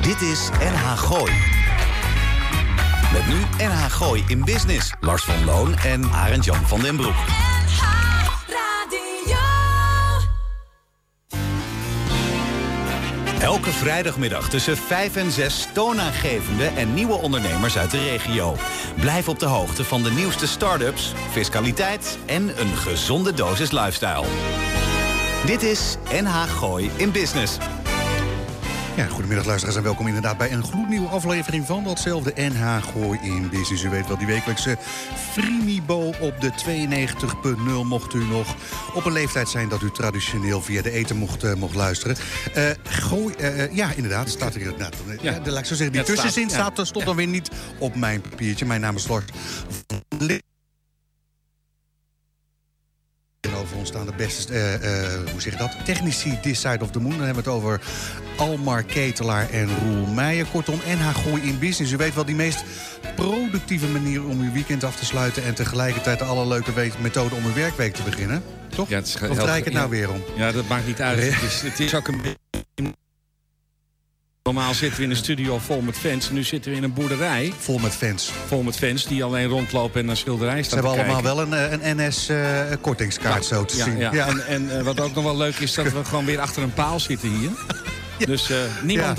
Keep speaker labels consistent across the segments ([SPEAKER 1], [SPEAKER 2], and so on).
[SPEAKER 1] Dit is NH Gooi. Met nu NH Gooi in Business. Lars van Loon en Arend Jan van den Broek.
[SPEAKER 2] Radio.
[SPEAKER 1] Elke vrijdagmiddag tussen 5 en 6 toonaangevende en nieuwe ondernemers uit de regio. Blijf op de hoogte van de nieuwste start-ups, fiscaliteit en een gezonde dosis lifestyle. Dit is NH Gooi in Business.
[SPEAKER 3] Ja, goedemiddag luisteraars en welkom inderdaad bij een gloednieuwe aflevering van datzelfde NH Gooi in Business. U weet wel, die wekelijkse Frimibo op de 92.0 mocht u nog op een leeftijd zijn dat u traditioneel via de eten mocht, eh, mocht luisteren. Eh, gooi, eh, eh, ja inderdaad, staat er inderdaad. Ja, de- laat ik zo zeggen, die
[SPEAKER 4] Ja, het staat,
[SPEAKER 3] tussenzin
[SPEAKER 4] ja.
[SPEAKER 3] staat, er stond dan weer niet op mijn papiertje. Mijn naam is Lars van Lin- en over ons staan de beste, eh, eh, hoe zeg je dat? Technici This Side of the Moon. Dan hebben we het over Almar Ketelaar en Roel Meijer. Kortom, NH Gooi in Business. U weet wel, die meest productieve manier om uw weekend af te sluiten... en tegelijkertijd de allerleuke we- methode om uw werkweek te beginnen. Toch?
[SPEAKER 4] Ja, het is ge-
[SPEAKER 3] of
[SPEAKER 4] heel-
[SPEAKER 3] draai ik het nou
[SPEAKER 4] ja.
[SPEAKER 3] weer om?
[SPEAKER 4] Ja, dat maakt niet uit.
[SPEAKER 3] Ja.
[SPEAKER 4] Het is, het is ook een beetje- Normaal zitten we in een studio vol met fans. Nu zitten we in een boerderij
[SPEAKER 3] Vol met fans.
[SPEAKER 4] vol met fans die alleen rondlopen en naar schilderij
[SPEAKER 3] Ze
[SPEAKER 4] staan
[SPEAKER 3] hebben
[SPEAKER 4] te
[SPEAKER 3] allemaal
[SPEAKER 4] kijken. Nou,
[SPEAKER 3] wel een, eh, een NS-kortingskaart zo te
[SPEAKER 4] ja,
[SPEAKER 3] zien.
[SPEAKER 4] ja. En, en eh, wat ook nog wel leuk is, dat we gewoon weer achter een paal zitten hier. Dus eh, niemand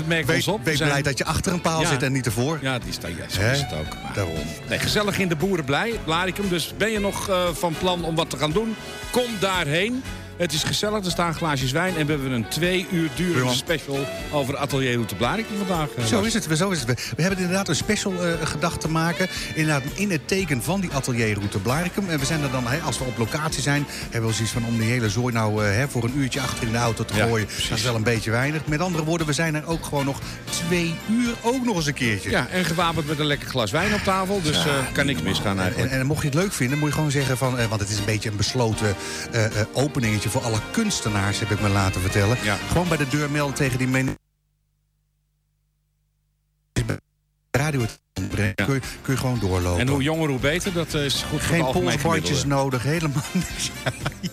[SPEAKER 3] Ja,
[SPEAKER 4] merkt
[SPEAKER 3] wees-
[SPEAKER 4] ons op. We
[SPEAKER 3] Wees
[SPEAKER 4] zijn-
[SPEAKER 3] blij dat je achter een paal
[SPEAKER 4] Ja.
[SPEAKER 3] zit en niet ervoor.
[SPEAKER 4] Ja, die staat, ja, zo
[SPEAKER 3] Hè?
[SPEAKER 4] is het ook. Maar-
[SPEAKER 3] Daarom.
[SPEAKER 4] Nee, gezellig in de boeren blij, Blarikum. Dus ben je nog eh, van plan om wat te gaan doen? Kom daarheen. Het is gezellig, er staan glaasjes wijn. En we hebben een twee uur durende
[SPEAKER 3] Prima.
[SPEAKER 4] special over Atelier Route Blarikum vandaag. eh,
[SPEAKER 3] Zo
[SPEAKER 4] Lars.
[SPEAKER 3] is het. Zo is het. We- We hebben inderdaad een special eh, gedacht te maken. Inderdaad, in het teken van die atelierroute Blarikum. En we zijn er dan, hè, als we op locatie zijn, hebben we zoiets van om die hele zooi nou eh, hè, voor een uurtje achter in de auto te
[SPEAKER 4] Ja,
[SPEAKER 3] gooien.
[SPEAKER 4] precies.
[SPEAKER 3] Dat is wel een beetje weinig. Met andere woorden, we zijn er ook gewoon nog twee uur ook nog eens een keertje.
[SPEAKER 4] Ja, en gewapend met een lekker glas wijn op tafel. Dus eh, kan niks misgaan
[SPEAKER 3] En,
[SPEAKER 4] eigenlijk.
[SPEAKER 3] en mocht je het leuk vinden, moet je gewoon zeggen van... eh, want het is een beetje een besloten eh, eh, openingetje voor alle kunstenaars, heb ik me laten vertellen.
[SPEAKER 4] Ja.
[SPEAKER 3] Gewoon bij de deur melden tegen die men... Radio het ontbrengt, kun, je, kun je gewoon doorlopen.
[SPEAKER 4] En hoe jonger, hoe beter. Dat eh, is goed voor het
[SPEAKER 3] Geen
[SPEAKER 4] algemeen
[SPEAKER 3] polsbandjes
[SPEAKER 4] gemiddelde.
[SPEAKER 3] nodig, helemaal niks.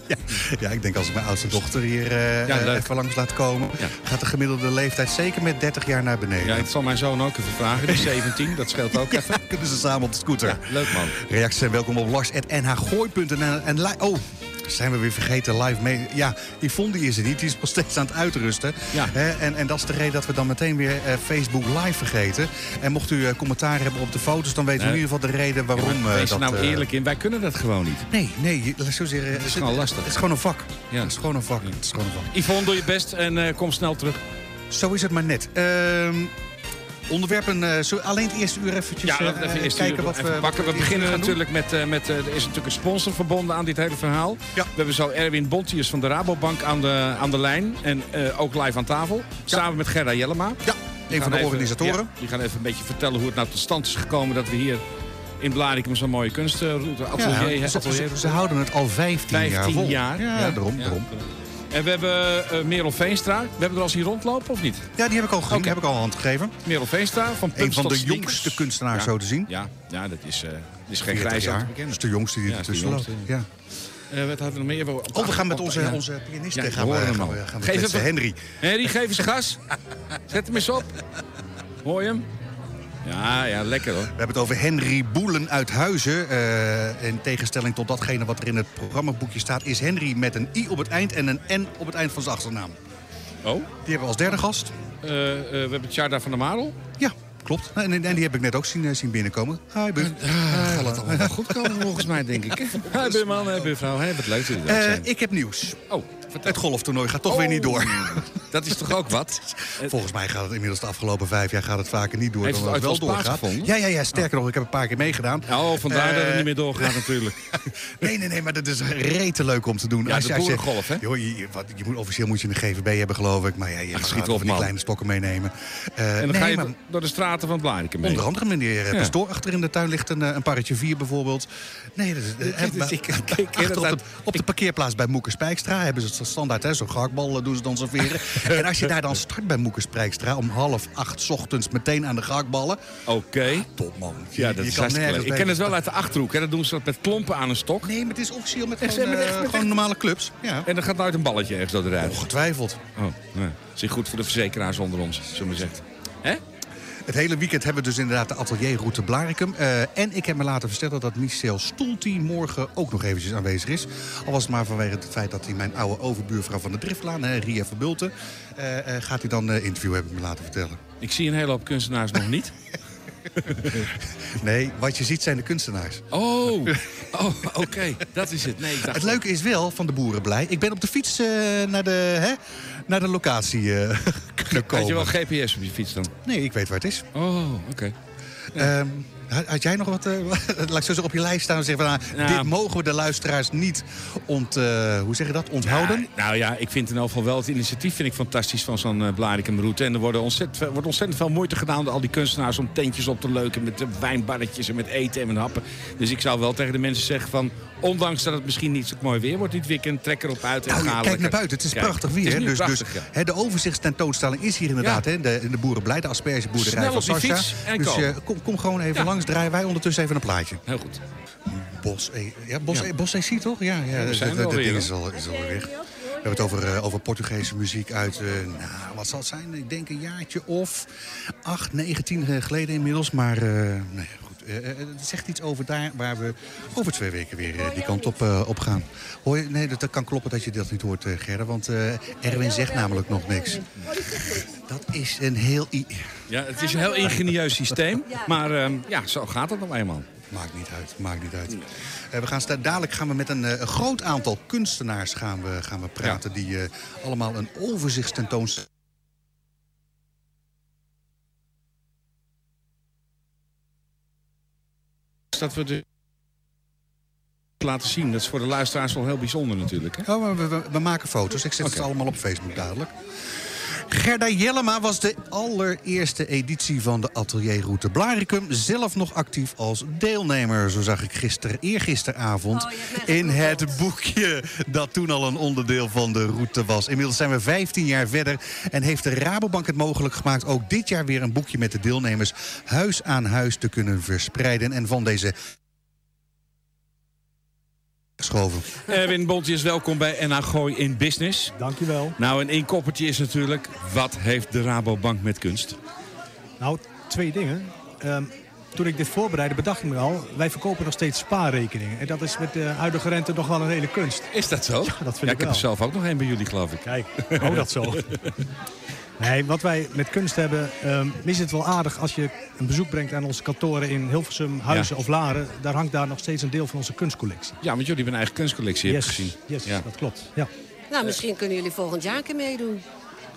[SPEAKER 3] ja, ja, ik denk als ik mijn oudste dochter hier eh,
[SPEAKER 4] Ja,
[SPEAKER 3] eh,
[SPEAKER 4] leuk.
[SPEAKER 3] even langs laat komen...
[SPEAKER 4] Ja.
[SPEAKER 3] gaat de gemiddelde leeftijd zeker met 30 jaar naar beneden.
[SPEAKER 4] Ja, ik zal mijn zoon ook even vragen. Die is 17, dat scheelt ook even.
[SPEAKER 3] Dan kunnen ze samen op de scooter.
[SPEAKER 4] Ja, leuk man.
[SPEAKER 3] Reacties zijn welkom op lars.nhgooi.nl. En li- oh, zijn we weer vergeten live mee. Ja, Yvonne die is er niet, die is nog steeds aan het uitrusten.
[SPEAKER 4] Ja.
[SPEAKER 3] Hè, en, en dat is de reden dat we dan meteen weer eh, Facebook live vergeten. En mocht u eh, commentaar hebben op de foto's, dan weten we
[SPEAKER 4] Nee.
[SPEAKER 3] in ieder geval de reden
[SPEAKER 4] Ja,
[SPEAKER 3] waarom
[SPEAKER 4] maar
[SPEAKER 3] eh,
[SPEAKER 4] Wees er
[SPEAKER 3] dat...
[SPEAKER 4] nou
[SPEAKER 3] eh,
[SPEAKER 4] eerlijk in, wij kunnen dat gewoon niet.
[SPEAKER 3] Nee, nee, je- laat ik zo zeggen. Het
[SPEAKER 4] is gewoon lastig.
[SPEAKER 3] Het is gewoon een vak.
[SPEAKER 4] Ja.
[SPEAKER 3] Het is gewoon een vak. Het is gewoon een vak.
[SPEAKER 4] Yvonne, doe je best en eh, kom snel terug.
[SPEAKER 3] Zo is het maar net. Ehm, onderwerpen, eh, zullen we alleen het eerste uur eventjes
[SPEAKER 4] Ja,
[SPEAKER 3] eh,
[SPEAKER 4] laten we even
[SPEAKER 3] eh,
[SPEAKER 4] eerst
[SPEAKER 3] kijken
[SPEAKER 4] uur
[SPEAKER 3] wat
[SPEAKER 4] even
[SPEAKER 3] we,
[SPEAKER 4] pakken.
[SPEAKER 3] wat
[SPEAKER 4] We
[SPEAKER 3] het eerste uur
[SPEAKER 4] beginnen
[SPEAKER 3] gaan doen?
[SPEAKER 4] natuurlijk met, eh, met eh, er is natuurlijk een sponsor verbonden aan dit hele verhaal.
[SPEAKER 3] Ja.
[SPEAKER 4] We hebben zo Erwin Bontius van de Rabobank aan de, aan de lijn en eh, ook live aan tafel. Samen met Gerda Jellema.
[SPEAKER 3] Ja, een van de
[SPEAKER 4] Gaan even-
[SPEAKER 3] organisatoren.
[SPEAKER 4] ja, die gaan even een beetje vertellen hoe het nou tot stand is gekomen dat we hier in Blarikum zo'n mooie kunstenroute, atelier,
[SPEAKER 3] Ja,
[SPEAKER 4] atelier,
[SPEAKER 3] ze, ze- ze houden het al 15, jaar
[SPEAKER 4] 15
[SPEAKER 3] vol.
[SPEAKER 4] jaar.
[SPEAKER 3] Ja, daarom,
[SPEAKER 4] ja.
[SPEAKER 3] daarom.
[SPEAKER 4] En we hebben eh Merel Veenstra. We hebben er al zien rondlopen of niet?
[SPEAKER 3] Ja, die heb ik al, gezien,
[SPEAKER 4] Oké.
[SPEAKER 3] heb ik al hand gegeven.
[SPEAKER 4] Merel Veenstra van Punt
[SPEAKER 3] Een van
[SPEAKER 4] tot
[SPEAKER 3] de
[SPEAKER 4] Stinkers.
[SPEAKER 3] jongste kunstenaars
[SPEAKER 4] Ja.
[SPEAKER 3] zo te zien.
[SPEAKER 4] Ja, ja, dat is, eh, dat is geen
[SPEAKER 3] 40
[SPEAKER 4] grijs
[SPEAKER 3] jaar. Dat is de jongste die
[SPEAKER 4] Ja,
[SPEAKER 3] er
[SPEAKER 4] is de
[SPEAKER 3] tussen loopt.
[SPEAKER 4] jongste.
[SPEAKER 3] Ja.
[SPEAKER 4] Eh, wat hadden we nog meer? Op-
[SPEAKER 3] Oh, we gaan met
[SPEAKER 4] op-
[SPEAKER 3] onze,
[SPEAKER 4] ja.
[SPEAKER 3] onze pianist
[SPEAKER 4] Ja, ik
[SPEAKER 3] gaan, we,
[SPEAKER 4] hoor hem
[SPEAKER 3] gaan
[SPEAKER 4] al.
[SPEAKER 3] we, gaan we
[SPEAKER 4] Geef
[SPEAKER 3] kletsen.
[SPEAKER 4] even-
[SPEAKER 3] Henry.
[SPEAKER 4] Henry, geef eens gas. Zet hem eens op. Hoor je hem? Ja, ja, lekker hoor.
[SPEAKER 3] We hebben het over Henry Boelen uit Huizen. Eh, in tegenstelling tot datgene wat er in het programmaboekje staat... is Henry met een i op het eind en een n op het eind van zijn achternaam.
[SPEAKER 4] Oh,
[SPEAKER 3] Die hebben we als derde gast.
[SPEAKER 4] eh, eh, we hebben Tjarda van der Marel.
[SPEAKER 3] Ja, klopt. En, en- en die heb ik net ook zien, eh, zien binnenkomen. Hi, Buf.
[SPEAKER 4] Eh, gaat het allemaal goed komen volgens mij, denk ik. Hé, buurman, hé, buurvrouw. Hé, wat leuk dat jullie er
[SPEAKER 3] Eh,
[SPEAKER 4] zijn.
[SPEAKER 3] ik heb nieuws.
[SPEAKER 4] Oh,
[SPEAKER 3] Het
[SPEAKER 4] vertel. Oh.
[SPEAKER 3] golftoernooi gaat toch weer niet door.
[SPEAKER 4] Dat is toch ook wat?
[SPEAKER 3] Volgens mij gaat het inmiddels de afgelopen vijf jaar gaat het vaker niet door
[SPEAKER 4] Heeft
[SPEAKER 3] dan
[SPEAKER 4] het
[SPEAKER 3] dat
[SPEAKER 4] ooit
[SPEAKER 3] het wel
[SPEAKER 4] wel eens
[SPEAKER 3] doorgaat.
[SPEAKER 4] plaatsgevonden?
[SPEAKER 3] Ja, ja, ja, sterker nog, ik heb een paar keer meegedaan.
[SPEAKER 4] Oh, vandaar dat het
[SPEAKER 3] Eh,
[SPEAKER 4] niet meer doorgaat natuurlijk.
[SPEAKER 3] nee, nee, nee, maar dat is rete leuk om te doen.
[SPEAKER 4] Ja,
[SPEAKER 3] Als
[SPEAKER 4] de
[SPEAKER 3] jij zegt,
[SPEAKER 4] boerengolf, hè?
[SPEAKER 3] Joh, je, je- wat, je moet, officieel moet je een GVB hebben, geloof ik. Maar ja, je mag
[SPEAKER 4] schiet
[SPEAKER 3] wel
[SPEAKER 4] op,
[SPEAKER 3] van die
[SPEAKER 4] man.
[SPEAKER 3] kleine stokken meenemen. Eh,
[SPEAKER 4] En dan
[SPEAKER 3] nee,
[SPEAKER 4] ga je
[SPEAKER 3] maar
[SPEAKER 4] door de straten van Blarikum mee.
[SPEAKER 3] Onder andere meneer
[SPEAKER 4] Ja.
[SPEAKER 3] ja. Pastoor, achter in de tuin ligt een, eh, een parretje vier bijvoorbeeld. Nee, dat is... eh,
[SPEAKER 4] dit-
[SPEAKER 3] maar-
[SPEAKER 4] ik- ik- ik ken
[SPEAKER 3] achter
[SPEAKER 4] het
[SPEAKER 3] op,
[SPEAKER 4] uit-
[SPEAKER 3] de, op de parkeerplaats bij Moekerspijkstra hebben ze het zo standaard, hè, zo'n gehaktbal eh, doen ze dan serveren. en als je daar dan start bij Moekerspijkstra om half acht 's ochtends meteen aan de gehaktballen...
[SPEAKER 4] Oké.
[SPEAKER 3] Top man. Je-
[SPEAKER 4] Ja,
[SPEAKER 3] je
[SPEAKER 4] dat is
[SPEAKER 3] kan
[SPEAKER 4] hartstikke
[SPEAKER 3] nergens
[SPEAKER 4] leuk. Ik
[SPEAKER 3] beter
[SPEAKER 4] ken het wel uit de Achterhoek. Hè. Dat doen ze dat met klompen aan een stok.
[SPEAKER 3] Nee, maar het is officieel met
[SPEAKER 4] Echt,
[SPEAKER 3] gewoon,
[SPEAKER 4] met echt,
[SPEAKER 3] eh,
[SPEAKER 4] met
[SPEAKER 3] gewoon
[SPEAKER 4] echt.
[SPEAKER 3] normale clubs. Ja.
[SPEAKER 4] En dan gaat nooit een balletje ergens door eruit.
[SPEAKER 3] Ongetwijfeld.
[SPEAKER 4] Oh, ja. Is goed voor de verzekeraars onder ons, zullen we zeggen. Hè?
[SPEAKER 3] Het hele weekend hebben we dus inderdaad de atelierroute Blarikum. Eh, en ik heb me laten vertellen dat Michel Stoelti morgen ook nog eventjes aanwezig is. Al was het maar vanwege het feit dat hij mijn oude overbuurvrouw van de Driftlaan, hè, Ria Verbulten, eh, eh, gaat hij dan eh, interviewen, heb ik me laten vertellen.
[SPEAKER 4] Ik zie een hele hoop kunstenaars nog niet.
[SPEAKER 3] Nee, wat je ziet zijn de kunstenaars.
[SPEAKER 4] Oh, oh oké. Dat is het. Nee, ik dacht-
[SPEAKER 3] Het leuke is wel van de boeren blij. Ik ben op de fiets eh, naar, de, hè, naar de locatie eh kunnen
[SPEAKER 4] Had je wel
[SPEAKER 3] komen.
[SPEAKER 4] GPS op je fiets dan?
[SPEAKER 3] Nee, ik weet waar het is.
[SPEAKER 4] Oh, oké.
[SPEAKER 3] Ehm, had- had jij nog wat, eh, laat ik zo zeggen, op je lijst staan en zeggen van... nou,
[SPEAKER 4] Nou.
[SPEAKER 3] dit mogen we de luisteraars niet ont, eh, hoe zeg je dat, onthouden?
[SPEAKER 4] Ja, nou ja, ik vind in elk geval wel het initiatief vind ik fantastisch van zo'n eh, Blaricumroute. En er worden ontzettend, veel- wordt ontzettend veel moeite gedaan door al die kunstenaars om tentjes op te leuken met eh, wijnbarretjes en met eten en met happen. Dus ik zou wel tegen de mensen zeggen van, ondanks dat het misschien niet zo mooi weer wordt dit weekend, trek erop uit en
[SPEAKER 3] Nou,
[SPEAKER 4] ga
[SPEAKER 3] kijk
[SPEAKER 4] lekker.
[SPEAKER 3] naar buiten, het is
[SPEAKER 4] Kijk,
[SPEAKER 3] prachtig weer.
[SPEAKER 4] het is
[SPEAKER 3] hè?
[SPEAKER 4] nu
[SPEAKER 3] dus
[SPEAKER 4] prachtig,
[SPEAKER 3] dus
[SPEAKER 4] ja.
[SPEAKER 3] hè, de overzichtstentoonstelling is hier inderdaad.
[SPEAKER 4] Ja.
[SPEAKER 3] Hè? De, in de boerenblij, de aspergeboerderij
[SPEAKER 4] Snel
[SPEAKER 3] van
[SPEAKER 4] op die
[SPEAKER 3] Sascha.
[SPEAKER 4] fiets en
[SPEAKER 3] dus
[SPEAKER 4] koop.
[SPEAKER 3] eh, kom, kom gewoon even
[SPEAKER 4] Ja.
[SPEAKER 3] langs, draaien wij ondertussen even een plaatje.
[SPEAKER 4] Heel goed.
[SPEAKER 3] Bos E. Ja, Bos,
[SPEAKER 4] Ja.
[SPEAKER 3] E- Bos EC toch? Ja, ja, dat-
[SPEAKER 4] zijn
[SPEAKER 3] dat-
[SPEAKER 4] er
[SPEAKER 3] dat
[SPEAKER 4] alweer,
[SPEAKER 3] ding
[SPEAKER 4] hoor.
[SPEAKER 3] is al, is al weg. We hebben het over, eh, over Portugese muziek uit, eh, nou, wat zal het zijn? Ik denk een jaartje of acht, 19 eh, geleden inmiddels. Maar, eh, nou ja, goed. Eh, eh, het zegt iets over daar waar we over twee weken weer eh, die kant op, eh, op gaan. Hoor je? Nee, dat, dat kan kloppen dat je dat niet hoort, eh Gerda. Want eh, Erwin zegt namelijk nog niks. Dat is een heel... i-
[SPEAKER 4] Ja, het is een heel ingenieus systeem, maar ehm, ja, zo gaat het nou eenmaal.
[SPEAKER 3] Maakt niet uit, maakt niet uit. Eh, we gaan sta- dadelijk gaan we met een, eh, een groot aantal kunstenaars gaan we, gaan we praten... die eh, allemaal een overzichtstentoonstelling...
[SPEAKER 4] Dus dat we de laten zien, dat is voor de luisteraars wel heel bijzonder natuurlijk. Hè?
[SPEAKER 3] Oh, maar we, we- we maken foto's. Ik zet
[SPEAKER 4] Oké.
[SPEAKER 3] het allemaal op Facebook dadelijk. Gerda Jellema was de allereerste editie van de atelierroute Blaricum. Zelf nog actief als deelnemer, zo zag ik gisteren, eergisteravond...
[SPEAKER 2] Oh, je hebt mij
[SPEAKER 3] in het
[SPEAKER 2] gegoogeld.
[SPEAKER 3] boekje dat toen al een onderdeel van de route was. Inmiddels zijn we 15 jaar verder en heeft de Rabobank het mogelijk gemaakt... ook dit jaar weer een boekje met de deelnemers huis aan huis te kunnen verspreiden. En van deze... geschoven.
[SPEAKER 4] Erwin Bontjes, welkom bij NH Gooi in Business.
[SPEAKER 5] Dankjewel.
[SPEAKER 4] Nou, een inkoppertje is natuurlijk, wat heeft de Rabobank met kunst?
[SPEAKER 5] Nou, twee dingen. Ehm, toen ik dit voorbereidde bedacht ik me al, wij verkopen nog steeds spaarrekeningen. En dat is met de huidige rente nog wel een hele kunst.
[SPEAKER 4] Is dat zo? Ja,
[SPEAKER 5] dat vind
[SPEAKER 4] ja,
[SPEAKER 5] ik
[SPEAKER 4] heb
[SPEAKER 5] wel.
[SPEAKER 4] er zelf ook nog één bij jullie, geloof ik.
[SPEAKER 5] Kijk, hou dat zo. Nee, wat wij met kunst hebben, ehm, is het wel aardig als je een bezoek brengt aan onze kantoren in Hilversum, Huizen of Laren. Daar hangt daar nog steeds een deel van onze kunstcollectie.
[SPEAKER 4] Ja, want jullie hebben een eigen kunstcollectie, heb ik gezien.
[SPEAKER 5] yes
[SPEAKER 4] ja.
[SPEAKER 5] dat klopt. Ja.
[SPEAKER 2] Nou, misschien kunnen jullie volgend jaar een keer meedoen.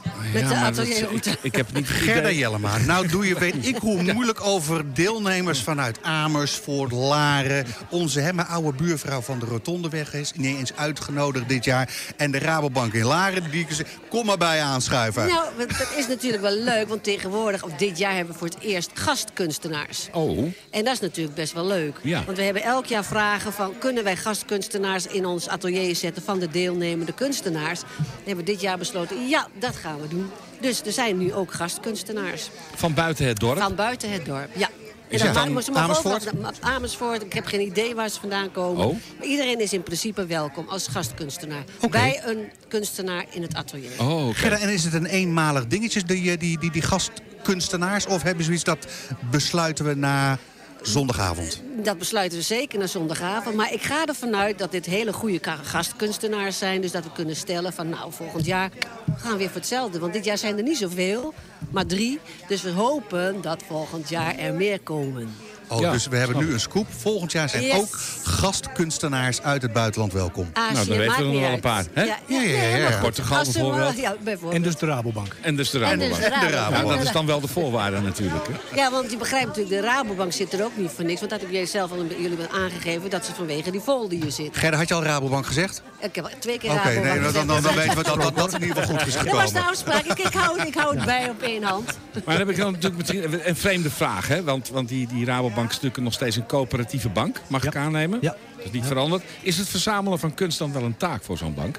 [SPEAKER 4] Oh Ja,
[SPEAKER 2] de
[SPEAKER 4] maar dat-
[SPEAKER 2] atelierroute.
[SPEAKER 4] ik, ik heb niet
[SPEAKER 3] Gerda
[SPEAKER 4] idee.
[SPEAKER 3] Jellema, nou doe je weet ik hoe moeilijk over deelnemers vanuit Amersfoort, Laren. Onze hè, mijn oude buurvrouw van de Rotondeweg is niet eens uitgenodigd dit jaar. En de Rabobank in Laren, die ze kom maar bij aanschuiven.
[SPEAKER 2] Nou, want dat is natuurlijk wel leuk, want tegenwoordig, of dit jaar hebben we voor het eerst gastkunstenaars.
[SPEAKER 4] Oh,
[SPEAKER 2] En dat is natuurlijk best wel leuk.
[SPEAKER 4] Ja.
[SPEAKER 2] Want we hebben elk jaar vragen van... kunnen wij gastkunstenaars in ons atelier zetten van de deelnemende kunstenaars? En hebben we dit jaar besloten, ja, dat gaan we doen. Dus er zijn nu ook gastkunstenaars
[SPEAKER 4] van buiten het dorp.
[SPEAKER 2] van buiten het dorp. Ja.
[SPEAKER 4] Is
[SPEAKER 2] En
[SPEAKER 4] het
[SPEAKER 2] dan
[SPEAKER 4] dan
[SPEAKER 2] ma- ze mogen ook
[SPEAKER 3] Amersfoort?
[SPEAKER 2] wat- ma- Amersfoort, ik heb geen idee waar ze vandaan komen.
[SPEAKER 4] Oh.
[SPEAKER 2] Maar iedereen is in principe welkom als gastkunstenaar.
[SPEAKER 3] Oké.
[SPEAKER 2] Bij een kunstenaar in het atelier.
[SPEAKER 4] Oh, oké.
[SPEAKER 3] Gerda, en is het een eenmalig dingetje, die, eh, die, die, die gastkunstenaars? Of hebben ze iets dat besluiten we na zondagavond?
[SPEAKER 2] Dat besluiten we zeker na zondagavond. Maar ik ga ervan uit dat dit hele goede ka- gastkunstenaars zijn. Dus dat we kunnen stellen van nou, volgend jaar gaan we weer voor hetzelfde. Want dit jaar zijn er niet zoveel, maar drie. Dus we hopen dat volgend jaar er meer komen.
[SPEAKER 3] Oh,
[SPEAKER 4] Ja,
[SPEAKER 3] dus we hebben
[SPEAKER 4] snap
[SPEAKER 3] nu een scoop. Volgend jaar zijn
[SPEAKER 2] Yes. Ah.
[SPEAKER 3] ook gastkunstenaars uit het buitenland welkom.
[SPEAKER 2] Azië,
[SPEAKER 4] Nou, dan weten we
[SPEAKER 2] maakt
[SPEAKER 4] er nog
[SPEAKER 2] niet
[SPEAKER 4] wel een
[SPEAKER 2] uit.
[SPEAKER 4] paar, hè?
[SPEAKER 3] Ja, ja, ja, ja.
[SPEAKER 2] maar goed.
[SPEAKER 4] Portugal
[SPEAKER 2] Als ze maar-
[SPEAKER 4] bijvoorbeeld.
[SPEAKER 2] Ja, bijvoorbeeld.
[SPEAKER 5] En dus de Rabobank.
[SPEAKER 4] En dus de
[SPEAKER 2] En dus
[SPEAKER 4] Rabobank.
[SPEAKER 2] de Rabobank.
[SPEAKER 4] Ja, dat is dan wel de voorwaarde natuurlijk. Hè?
[SPEAKER 2] Ja, want je begrijpt natuurlijk, de Rabobank zit er ook niet voor niks. Want dat heb jij zelf al jullie wel aangegeven dat ze vanwege die vol die je zit.
[SPEAKER 3] Gerda, had je al Rabobank gezegd?
[SPEAKER 2] Ik heb al twee keer
[SPEAKER 3] Oké,
[SPEAKER 2] Rabobank
[SPEAKER 3] nee, dan, dan,
[SPEAKER 2] gezegd.
[SPEAKER 3] dan, weten we dat dat, dat in ieder geval goed is
[SPEAKER 2] Dat was de
[SPEAKER 3] gekomen.
[SPEAKER 2] afspraak. Ik, ik hou, ik hou het bij op één hand.
[SPEAKER 4] Maar dan heb ik dan natuurlijk meteen een vreemde vraag. Hè? Want, want die, die Rabobank is natuurlijk nog steeds een coöperatieve bank. Mag ik
[SPEAKER 5] Ja.
[SPEAKER 4] aannemen?
[SPEAKER 5] Ja.
[SPEAKER 4] Dat is niet veranderd. Is het verzamelen van kunst dan wel een taak voor zo'n bank?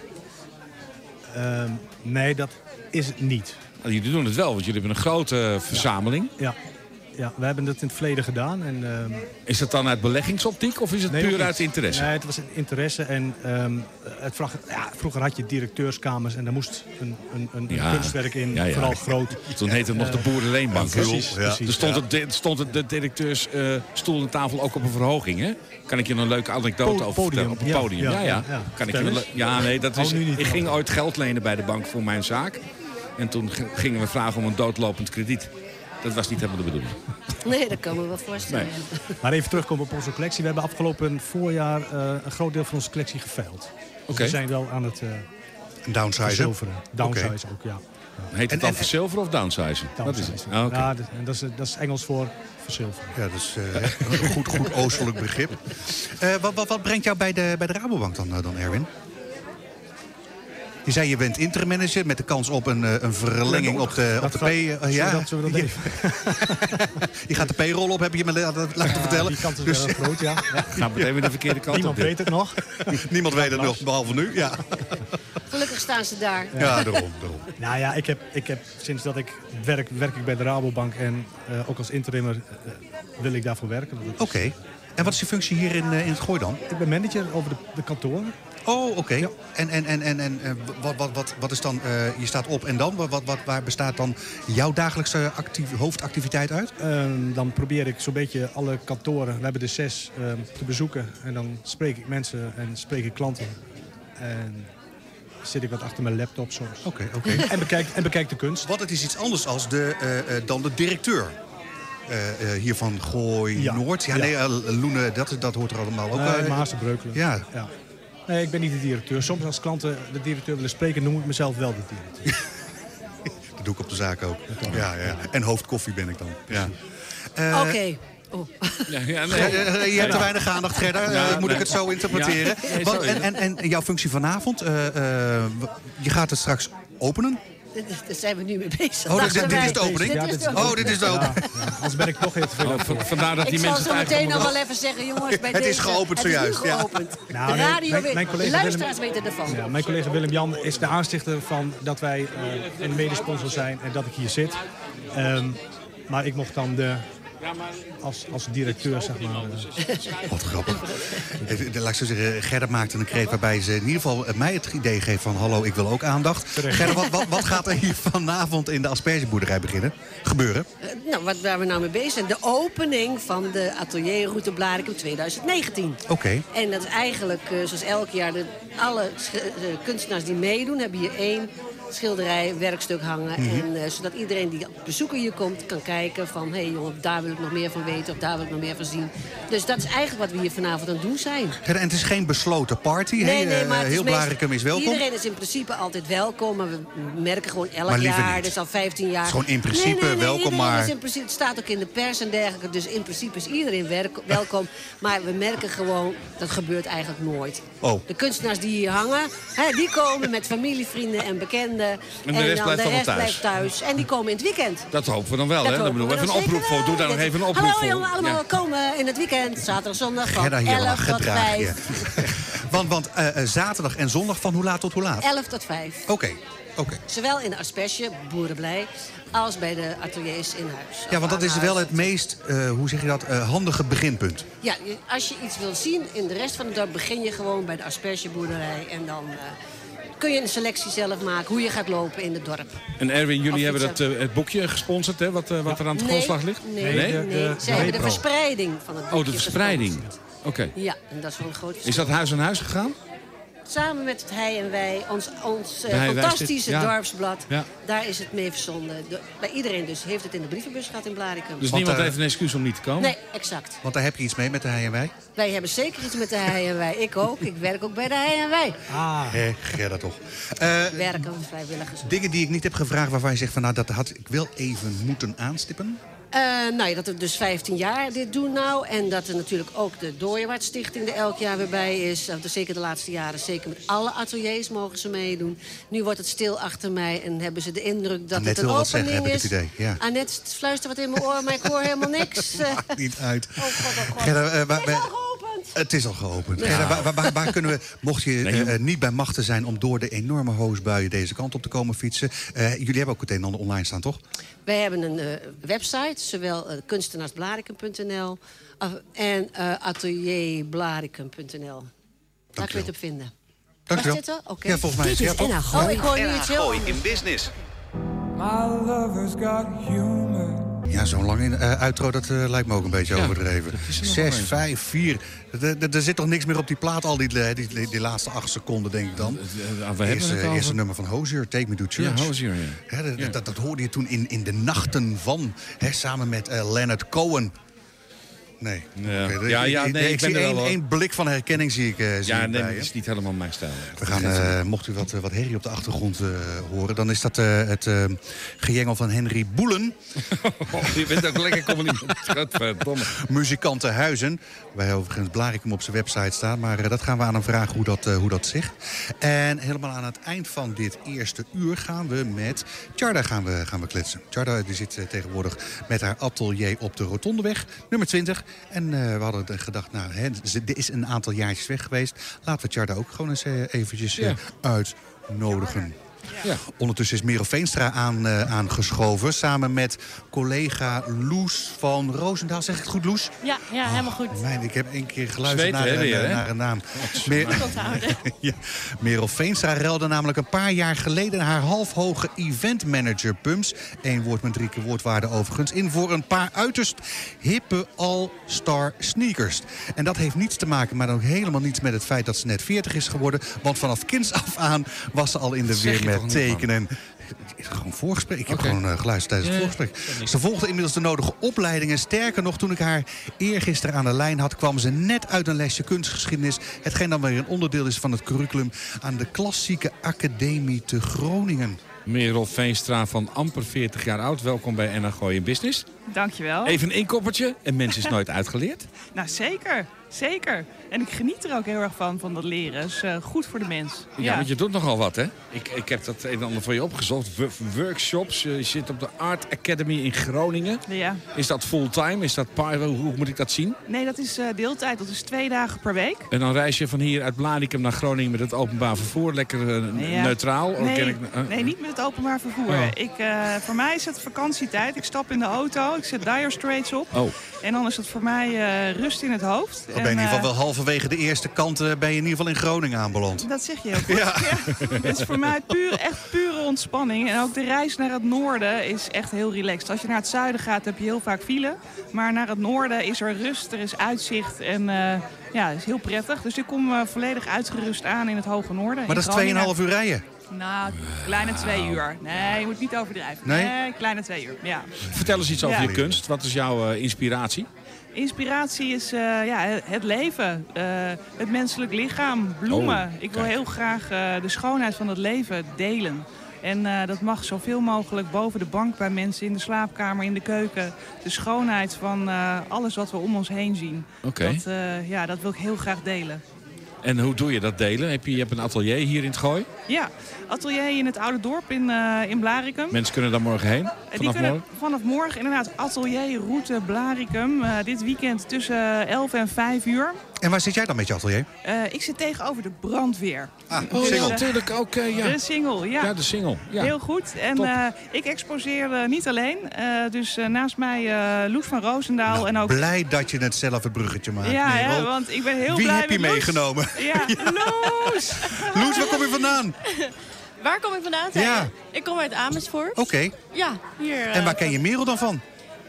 [SPEAKER 5] Ehm, nee, dat is het niet.
[SPEAKER 4] Nou, Jullie doen het wel, want jullie hebben een grote verzameling.
[SPEAKER 5] Ja. ja, we hebben dat in het verleden gedaan. En, ehm,
[SPEAKER 4] Is dat dan uit beleggingsoptiek of is het
[SPEAKER 5] nee, nog
[SPEAKER 4] puur
[SPEAKER 5] niet.
[SPEAKER 4] uit interesse?
[SPEAKER 5] Nee, het was het interesse. En, ehm, het vraag, ja, vroeger had je directeurskamers en daar moest een, een, een
[SPEAKER 4] Ja.
[SPEAKER 5] kunstwerk in,
[SPEAKER 4] Ja, ja.
[SPEAKER 5] vooral groot.
[SPEAKER 4] Toen heette het nog de Boerenleenbank.
[SPEAKER 5] Ja, precies,
[SPEAKER 4] Ja.
[SPEAKER 5] precies.
[SPEAKER 4] Er stond, het, er stond het, de directeursstoel en tafel ook op een verhoging, hè? Kan ik je een leuke anekdote
[SPEAKER 5] Po-
[SPEAKER 4] over vertellen?
[SPEAKER 5] podium,
[SPEAKER 4] Op een
[SPEAKER 5] ja,
[SPEAKER 4] podium, ja,
[SPEAKER 5] ja,
[SPEAKER 4] ja.
[SPEAKER 5] ja, ja.
[SPEAKER 4] Kan ik, je
[SPEAKER 5] Vertel
[SPEAKER 4] een le-
[SPEAKER 5] eens.
[SPEAKER 4] ja nee, dat
[SPEAKER 5] Oh,
[SPEAKER 4] is,
[SPEAKER 5] nu
[SPEAKER 4] ik
[SPEAKER 5] niet, man.
[SPEAKER 4] ging ooit geld lenen bij de bank voor mijn zaak. En toen g- gingen we vragen om een doodlopend krediet. Dat was niet helemaal de bedoeling.
[SPEAKER 2] Nee, dat kan me wel voorstellen.
[SPEAKER 4] Nee.
[SPEAKER 5] Maar even terugkomen op onze collectie. We hebben afgelopen voorjaar eh, een groot deel van onze collectie geveild. Dus
[SPEAKER 4] Oké.
[SPEAKER 5] we zijn wel aan het eh
[SPEAKER 3] Downsize.
[SPEAKER 5] verzilveren. Downsize ook, ja.
[SPEAKER 4] Heet het
[SPEAKER 3] En-
[SPEAKER 4] dan
[SPEAKER 3] en-
[SPEAKER 4] verzilveren of downsizen? Dat is het.
[SPEAKER 5] Downsize.
[SPEAKER 4] Ah, oké.
[SPEAKER 5] Ja, dat, en dat, is, dat is Engels voor verzilveren.
[SPEAKER 3] Ja, dat is eh, een goed, goed oostelijk begrip. Eh, wat, wat, wat brengt jou bij de, bij de Rabobank dan, eh, dan, Erwin? Je zei je bent interim-manager met de kans op een, eh, een verlenging op de, op de P.
[SPEAKER 5] gaat-
[SPEAKER 3] eh,
[SPEAKER 5] Zullen
[SPEAKER 3] ja,
[SPEAKER 5] we dat- zullen we dat even?
[SPEAKER 3] je gaat de P-rol op, heb je me laten, laten vertellen.
[SPEAKER 5] Die kant is
[SPEAKER 3] dus
[SPEAKER 5] wel groot, ja. ja.
[SPEAKER 4] Gaat meteen weer de verkeerde kant
[SPEAKER 5] Niemand
[SPEAKER 4] op. dit.
[SPEAKER 5] weet het nog.
[SPEAKER 3] niemand weet het nog, behalve nu. Ja,
[SPEAKER 2] Gelukkig staan ze daar.
[SPEAKER 3] ja daarom, daarom.
[SPEAKER 5] Nou ja, ik heb, ik heb sinds dat ik werk, werk ik bij de Rabobank. En eh, ook als interimmer eh, wil ik daarvoor werken. want het
[SPEAKER 3] Oké.
[SPEAKER 5] is-
[SPEAKER 3] En wat is je functie hier in, eh, in het Gooi dan?
[SPEAKER 5] Ik ben manager over de, de kantoren.
[SPEAKER 3] Oh, oké. En, en, en, en, en eh, wat, wat, wat, wat is dan, eh, je staat op en dan? Wat, wat, wat, waar bestaat dan jouw dagelijkse actief, hoofdactiviteit uit?
[SPEAKER 5] Ehm, dan probeer ik zo'n beetje alle kantoren, we hebben er zes, ehm, te bezoeken. En dan spreek ik mensen en spreek ik klanten. En zit ik wat achter mijn laptop soms.
[SPEAKER 3] Oké, oké.
[SPEAKER 5] En, bekijk, en bekijk de kunst.
[SPEAKER 3] Wat het is iets anders als de, eh, eh, dan de directeur. eh, eh, hier van Gooi
[SPEAKER 5] Ja.
[SPEAKER 3] Noord. Ja,
[SPEAKER 5] Ja.
[SPEAKER 3] nee, eh, Loenen, dat, dat hoort er allemaal ook eh,
[SPEAKER 5] Nee,
[SPEAKER 3] bij.
[SPEAKER 5] maar Maarsen Breukelen.
[SPEAKER 3] ja.
[SPEAKER 5] Nee, ik ben niet de directeur. Soms als klanten de directeur willen spreken, noem ik mezelf wel de directeur.
[SPEAKER 3] dat doe ik op de zaak ook. Ja, ja. En hoofdkoffie ben ik dan. Ja.
[SPEAKER 2] Oké. Oh.
[SPEAKER 4] Ja, ja,
[SPEAKER 3] Eh,
[SPEAKER 4] nee.
[SPEAKER 3] eh, eh, Je hebt te weinig aandacht, Gerda. Eh,
[SPEAKER 4] Ja,
[SPEAKER 3] moet
[SPEAKER 4] nee.
[SPEAKER 3] ik het zo interpreteren?
[SPEAKER 4] Ja. Nee,
[SPEAKER 3] Want,
[SPEAKER 4] zo is
[SPEAKER 3] en, en, en jouw functie vanavond, eh, eh, je gaat het straks openen.
[SPEAKER 2] Daar zijn we nu mee bezig.
[SPEAKER 3] Oh,
[SPEAKER 2] Dachten
[SPEAKER 3] dit- dit
[SPEAKER 2] wij.
[SPEAKER 3] is de opening?
[SPEAKER 2] Dit
[SPEAKER 5] Ja,
[SPEAKER 2] is
[SPEAKER 5] dit
[SPEAKER 2] de
[SPEAKER 5] is-
[SPEAKER 2] opening.
[SPEAKER 3] Oh, dit is de opening.
[SPEAKER 5] Ja, anders ben ik toch heel veel.
[SPEAKER 4] Oh, v- vandaar dat die
[SPEAKER 2] Ik zal
[SPEAKER 4] mensen
[SPEAKER 2] zo
[SPEAKER 4] het
[SPEAKER 2] meteen
[SPEAKER 4] eigenlijk
[SPEAKER 2] nog
[SPEAKER 4] allemaal-
[SPEAKER 2] wel even zeggen, jongens. Bij
[SPEAKER 3] Het is
[SPEAKER 2] deze,
[SPEAKER 3] geopend zojuist,
[SPEAKER 2] Het is
[SPEAKER 3] ja.
[SPEAKER 2] nu geopend.
[SPEAKER 5] Nou,
[SPEAKER 2] de
[SPEAKER 5] nee,
[SPEAKER 2] radio
[SPEAKER 5] mijn-
[SPEAKER 2] weet-
[SPEAKER 5] mijn collega
[SPEAKER 2] de luisteraars
[SPEAKER 5] Willem-
[SPEAKER 2] weten ervan.
[SPEAKER 5] Ja, mijn collega Willem-Jan is de aanstichter van dat wij eh, een medesponsor zijn en dat ik hier zit. Ehm, maar ik mocht dan de, als, als directeur, zeg maar. eh,
[SPEAKER 3] Wat grappig. Eh, Laat ik zo zeggen, Gerda maakte een kreet waarbij ze in ieder geval eh, mij het idee geeft van... hallo, ik wil ook aandacht. Gerda, wat, wat, wat gaat er hier vanavond in de aspergeboerderij beginnen? Gebeuren?
[SPEAKER 2] Eh, Nou, wat, waar we nou mee bezig zijn. De opening van de atelierroute Blarikum 2019.
[SPEAKER 3] Oké.
[SPEAKER 2] En dat is eigenlijk, eh, zoals elk jaar, de, alle sch- eh, kunstenaars die meedoen... hebben hier één schilderij, werkstuk hangen. en, eh, zodat iedereen die op bezoek hier komt kan kijken van... hé hey jongen, daar wil ik nog meer van weten of daar wil ik nog meer van zien. Dus dat is eigenlijk wat we hier vanavond aan het doen zijn.
[SPEAKER 3] Gerda, en het is geen besloten party. hè? Eh,
[SPEAKER 2] het
[SPEAKER 3] Heel
[SPEAKER 2] meest-
[SPEAKER 3] Blarikum is welkom.
[SPEAKER 2] Iedereen is in principe altijd welkom, maar we merken gewoon elk
[SPEAKER 3] Maar liever
[SPEAKER 2] jaar,
[SPEAKER 3] niet.
[SPEAKER 2] dus al 15 jaar.
[SPEAKER 3] Het is gewoon in principe
[SPEAKER 2] Nee, nee, nee,
[SPEAKER 3] welkom,
[SPEAKER 2] iedereen
[SPEAKER 3] maar-
[SPEAKER 2] Is in principe, het staat ook in de pers en dergelijke, dus in principe is iedereen werk- welkom. maar we merken gewoon, dat gebeurt eigenlijk nooit.
[SPEAKER 3] Oh.
[SPEAKER 2] De kunstenaars die hier hangen, hè, die komen met familie, vrienden en bekenden.
[SPEAKER 4] de rest
[SPEAKER 2] dan
[SPEAKER 4] blijft
[SPEAKER 2] de
[SPEAKER 4] allemaal
[SPEAKER 2] rest
[SPEAKER 4] thuis.
[SPEAKER 2] blijft thuis. En die komen in het weekend.
[SPEAKER 4] Dat hopen we dan wel,
[SPEAKER 2] Dat
[SPEAKER 4] hè? Dan
[SPEAKER 2] hopen we
[SPEAKER 4] bedoel, even een
[SPEAKER 2] dan
[SPEAKER 4] oproep
[SPEAKER 2] zeker
[SPEAKER 4] voor. Doe daar nog
[SPEAKER 2] wel.
[SPEAKER 4] even een oproep
[SPEAKER 2] Hallo,
[SPEAKER 4] voor.
[SPEAKER 2] jongen, allemaal
[SPEAKER 4] Ja.
[SPEAKER 2] komen in het weekend. Zaterdag, zondag van
[SPEAKER 3] Gerda hier al
[SPEAKER 2] 11 tot
[SPEAKER 3] gedraag
[SPEAKER 2] 5.
[SPEAKER 3] je. Want, want eh, eh, zaterdag en zondag van hoe laat tot hoe laat?
[SPEAKER 2] 11 tot 5.
[SPEAKER 3] Oké, oké.
[SPEAKER 2] Zowel in de asperge, boerenblij, als bij de ateliers in huis.
[SPEAKER 3] Ja, want dat is
[SPEAKER 2] Aan
[SPEAKER 3] wel
[SPEAKER 2] huis.
[SPEAKER 3] het meest, eh, hoe zeg je dat, eh, handige beginpunt.
[SPEAKER 2] Ja, je- als je iets wil zien in de rest van het dorp... begin je gewoon bij de aspergeboerderij. En dan eh, kun je een selectie zelf maken hoe je gaat lopen in het dorp.
[SPEAKER 4] En Erwin, jullie
[SPEAKER 2] Of
[SPEAKER 4] hebben
[SPEAKER 2] iets,
[SPEAKER 4] het, eh, het boekje gesponsord, hè? Wat, eh, wat er aan het
[SPEAKER 2] Nee,
[SPEAKER 4] grondslag ligt?
[SPEAKER 2] Nee, nee,
[SPEAKER 5] Nee, de- de-
[SPEAKER 2] Zij hebben de
[SPEAKER 5] Repro.
[SPEAKER 2] verspreiding van het
[SPEAKER 4] Oh,
[SPEAKER 2] boekje
[SPEAKER 4] de verspreiding.
[SPEAKER 2] gesponsord.
[SPEAKER 4] Oké. Dus
[SPEAKER 2] Ja, en dat is wel een groot verschil.
[SPEAKER 4] Is dat huis aan huis gegaan?
[SPEAKER 2] Samen met het Hij en Wij, ons, ons eh,
[SPEAKER 4] Bij Hij en Wij
[SPEAKER 2] fantastische
[SPEAKER 4] zit- ja.
[SPEAKER 2] dorpsblad...
[SPEAKER 4] Ja.
[SPEAKER 2] daar is het mee verzonden. De- bij iedereen dus heeft het in de brievenbus gehad in
[SPEAKER 4] Dus
[SPEAKER 2] Blaricum.
[SPEAKER 3] Want,
[SPEAKER 4] niemand
[SPEAKER 3] eh,
[SPEAKER 4] heeft een excuus om niet te komen?
[SPEAKER 2] Nee, exact.
[SPEAKER 3] Want daar heb je iets mee met de hij en wij.
[SPEAKER 2] Wij hebben zeker iets met de hij en wij. Ik ook. Ik werk ook bij de hij en wij.
[SPEAKER 5] Ah,
[SPEAKER 3] Hé, Gerda toch. Eh,
[SPEAKER 2] Werken als vrijwilligers.
[SPEAKER 3] Dingen die ik niet heb gevraagd waarvan je zegt van nou dat had ik wel even moeten aanstippen.
[SPEAKER 2] Eh, nou ja, dat we dus 15 jaar dit doen nou. En dat er natuurlijk ook de Dooierwaardstichting er elk jaar weer bij is. Eh, Zeker de laatste jaren. Zeker met alle ateliers mogen ze meedoen. Nu wordt het stil achter mij en hebben ze de indruk dat
[SPEAKER 3] Annette
[SPEAKER 2] het een
[SPEAKER 3] wil wat
[SPEAKER 2] opening
[SPEAKER 3] zeggen, heb ik
[SPEAKER 2] is.
[SPEAKER 3] het idee, ja.
[SPEAKER 2] Annette fluistert wat in mijn oor, maar ik hoor helemaal niks. Eh,
[SPEAKER 3] Maakt niet uit.
[SPEAKER 2] oh god, oh god.
[SPEAKER 3] Gerda, eh, waar-
[SPEAKER 2] Het is
[SPEAKER 3] waar-
[SPEAKER 2] al geopend. geopend?
[SPEAKER 3] Het is al geopend. Gerda, waar, waar- waar- waar kunnen we, mocht je
[SPEAKER 4] Nee, joh.
[SPEAKER 3] eh, eh, niet bij machten zijn om door de enorme hoosbuien deze kant op te komen fietsen. eh, jullie hebben ook het een en ander online staan, toch?
[SPEAKER 2] Wij hebben een eh, website, zowel eh, kunstenaarsblarikum.nl af- en eh atelierblarikum.nl. Daar kun je
[SPEAKER 3] Dankjewel.
[SPEAKER 2] het op vinden.
[SPEAKER 3] Dankjewel.
[SPEAKER 2] Was dit er? Oké.
[SPEAKER 3] Ja, volgens mij is
[SPEAKER 6] Dit
[SPEAKER 3] het ja, toch?
[SPEAKER 6] is NH
[SPEAKER 2] Oh,
[SPEAKER 6] Gooi.
[SPEAKER 2] ik hoor nu iets heel
[SPEAKER 1] Gooi
[SPEAKER 2] anders.
[SPEAKER 1] in business.
[SPEAKER 7] My lover's got humor.
[SPEAKER 3] Ja, zo'n lang in, eh, outro, dat eh, lijkt me ook een beetje
[SPEAKER 4] Ja,
[SPEAKER 3] overdreven.
[SPEAKER 4] dat is er nog
[SPEAKER 3] Zes,
[SPEAKER 4] een.
[SPEAKER 3] vijf, vier. Er- Er er zit toch niks meer op die plaat, al die, eh, die, die, die laatste acht seconden, denk ik dan.
[SPEAKER 4] eh, we
[SPEAKER 3] eerste,
[SPEAKER 4] hebben het al
[SPEAKER 3] eerste
[SPEAKER 4] over-
[SPEAKER 3] nummer van Hozier, Take Me to Church.
[SPEAKER 4] Ja, Hozier, ja.
[SPEAKER 3] Hè, dat,
[SPEAKER 4] Ja.
[SPEAKER 3] Dat, dat hoorde je toen in, in de nachten van, hè, samen met eh, Leonard Cohen. Nee.
[SPEAKER 4] Ja.
[SPEAKER 3] Oké,
[SPEAKER 4] Ja, ja, nee, ik
[SPEAKER 3] ik
[SPEAKER 4] ben
[SPEAKER 3] zie
[SPEAKER 4] er wel,
[SPEAKER 3] één,
[SPEAKER 4] hoor.
[SPEAKER 3] één blik van herkenning zie ik, eh, zie
[SPEAKER 4] Ja,
[SPEAKER 3] ik bij
[SPEAKER 4] nee, dat
[SPEAKER 3] je.
[SPEAKER 4] is niet helemaal mijn stijl.
[SPEAKER 3] We gaan, eh, mocht u wat, eh, wat herrie op de achtergrond eh, horen, dan is dat eh, het eh, gejengel van Henry Boelen.
[SPEAKER 4] Oh, je bent ook lekker communicant. Godverdomme.
[SPEAKER 3] muzikantenhuizen. Wij overigens Blarikum op zijn website staan. Maar eh, dat gaan we aan hem vragen hoe dat, eh, hoe dat zegt. En helemaal aan het eind van dit eerste uur gaan we met Charda gaan we, gaan we kletsen. Charda eh, die zit eh, tegenwoordig met haar atelier op de Rotondeweg, nummer 20. En eh, we hadden eh, gedacht, nou, hè, ze dit is een aantal jaartjes weg geweest. Laten we Charda ook gewoon eens eh, eventjes eh, uitnodigen.
[SPEAKER 4] Ja.
[SPEAKER 3] Ondertussen is Merel Veenstra aan, eh, aangeschoven. Samen met collega Loes van Roosendaal. Zeg ik het goed, Loes? Oh,
[SPEAKER 8] Ja, ja helemaal goed.
[SPEAKER 3] Mijn, ik heb één keer geluisterd
[SPEAKER 4] Zweten,
[SPEAKER 3] naar,
[SPEAKER 4] hè,
[SPEAKER 3] een,
[SPEAKER 4] weer,
[SPEAKER 3] eh,
[SPEAKER 4] hè?
[SPEAKER 3] naar een naam. Mer-
[SPEAKER 8] onthouden.
[SPEAKER 3] ja. Merel Veenstra ruilde namelijk een paar jaar geleden haar halfhoge eventmanager Pumps. Eén woord met drie keer woordwaarde overigens. In voor een paar uiterst hippe all-star sneakers. En dat heeft niets te maken, maar ook helemaal niets met het feit dat ze net 40 is geworden. Want vanaf kinds af aan was ze al in de
[SPEAKER 4] Zeg
[SPEAKER 3] weer
[SPEAKER 4] je toch
[SPEAKER 3] met
[SPEAKER 4] niet, man?
[SPEAKER 3] tekenen. En het is gewoon voorgesprek. Ik heb
[SPEAKER 4] Oké.
[SPEAKER 3] gewoon eh, geluisterd tijdens het
[SPEAKER 4] Ja,
[SPEAKER 3] voorgesprek. Ze volgde inmiddels de nodige opleidingen. Sterker nog, toen ik haar eergisteren aan de lijn had... kwam ze net uit een lesje kunstgeschiedenis. Hetgeen dan weer een onderdeel is van het curriculum... aan de klassieke academie te Groningen.
[SPEAKER 4] Merel Veenstra van amper 40 jaar oud. Welkom bij NH Gooi in Business.
[SPEAKER 9] Dankjewel.
[SPEAKER 4] Even een inkoppertje. Een mens is nooit uitgeleerd.
[SPEAKER 9] Nou, zeker. Zeker. En ik geniet er ook heel erg van, van dat leren. Dus eh, goed voor de mens.
[SPEAKER 4] Ja, want je doet nogal wat, hè? Ik, ik heb dat een en ander voor je opgezocht. W- workshops. eh, Je zit op de Art Academy in Groningen.
[SPEAKER 9] Ja.
[SPEAKER 4] Is dat fulltime? Is dat par? Hoe, hoe moet ik dat zien?
[SPEAKER 9] Nee, dat is eh, deeltijd. Dat is twee dagen per week.
[SPEAKER 4] En dan reis je van hier uit Blarikum naar Groningen met het openbaar vervoer. Lekker eh, ne-
[SPEAKER 9] Ja.
[SPEAKER 4] neutraal. Of ken
[SPEAKER 9] Nee,
[SPEAKER 4] ik- eh,
[SPEAKER 9] nee, niet met het openbaar vervoer.
[SPEAKER 4] Oh.
[SPEAKER 9] Ik, eh, voor mij is het vakantietijd. Ik stap in de auto, ik zet Dire Straits op.
[SPEAKER 4] Oh,
[SPEAKER 9] En dan is het voor mij eh, rust in het hoofd.
[SPEAKER 3] Dan ben je in
[SPEAKER 9] En,
[SPEAKER 3] ieder
[SPEAKER 9] eh,
[SPEAKER 3] geval wel halverwege de eerste kant... eh, ben je in ieder geval in Groningen aanbeland.
[SPEAKER 9] Dat zeg je heel goed. Ja. Het is voor mij puur, echt pure ontspanning. En ook de reis naar het noorden is echt heel relaxed. Als je naar het zuiden gaat, heb je heel vaak file. Maar naar het noorden is er rust, er is uitzicht en eh, ja, is heel prettig. Dus ik kom eh, volledig uitgerust aan in het hoge noorden.
[SPEAKER 3] Maar
[SPEAKER 9] In
[SPEAKER 3] dat
[SPEAKER 9] Groningen.
[SPEAKER 3] is 2,5 uur rijden.
[SPEAKER 9] Nou, kleine twee uur. Nee, je moet niet overdrijven.
[SPEAKER 3] Nee?
[SPEAKER 9] kleine twee uur, ja.
[SPEAKER 4] vertel eens iets over
[SPEAKER 9] Ja.
[SPEAKER 4] je kunst. Wat is jouw eh, inspiratie?
[SPEAKER 9] Inspiratie is eh, ja, het leven, eh, het menselijk lichaam, bloemen.
[SPEAKER 4] Oh,
[SPEAKER 9] ik wil
[SPEAKER 4] kijk.
[SPEAKER 9] heel graag eh, de schoonheid van het leven delen. En eh, dat mag zoveel mogelijk boven de bank bij mensen, in de slaapkamer, in de keuken. De schoonheid van eh, alles wat we om ons heen zien.
[SPEAKER 4] Oké.
[SPEAKER 9] Dat, eh, ja, dat wil ik heel graag delen.
[SPEAKER 4] En hoe doe je dat delen? Heb je, je hebt een atelier hier in het Gooi.
[SPEAKER 9] Ja, atelier in het Oude Dorp in, eh, in Blarikum.
[SPEAKER 4] Mensen kunnen daar morgen heen.
[SPEAKER 9] Eh, Die
[SPEAKER 4] Vanaf
[SPEAKER 9] kunnen
[SPEAKER 4] morgen.
[SPEAKER 9] vanaf morgen inderdaad atelier route Blarikum. eh, dit weekend tussen 11 en 5 uur.
[SPEAKER 3] En waar zit jij dan met je atelier?
[SPEAKER 9] Eh, ik zit tegenover de brandweer.
[SPEAKER 3] Ah,
[SPEAKER 4] Oh ja,
[SPEAKER 3] single.
[SPEAKER 4] natuurlijk. Oké, ja.
[SPEAKER 9] De single, ja.
[SPEAKER 4] Ja, de single. Ja.
[SPEAKER 9] Heel goed. En
[SPEAKER 4] Top.
[SPEAKER 9] eh, ik exposeer eh, niet alleen. Eh, dus eh, naast mij eh, Loes van Roosendaal en ook...
[SPEAKER 3] Blij dat je het zelf het bruggetje maakt,
[SPEAKER 9] ja, hè,
[SPEAKER 3] Merel.
[SPEAKER 9] want ik ben heel
[SPEAKER 3] Wie
[SPEAKER 9] blij
[SPEAKER 3] heb je
[SPEAKER 9] met Loes.
[SPEAKER 3] meegenomen?
[SPEAKER 9] Ja, Loes!
[SPEAKER 3] Loes, waar kom je vandaan?
[SPEAKER 8] Waar kom ik vandaan? zei
[SPEAKER 3] Ja.
[SPEAKER 8] je? Ik kom uit Amersfoort.
[SPEAKER 3] Oké,
[SPEAKER 8] Ja, hier. eh,
[SPEAKER 3] en waar ken je Merel dan van?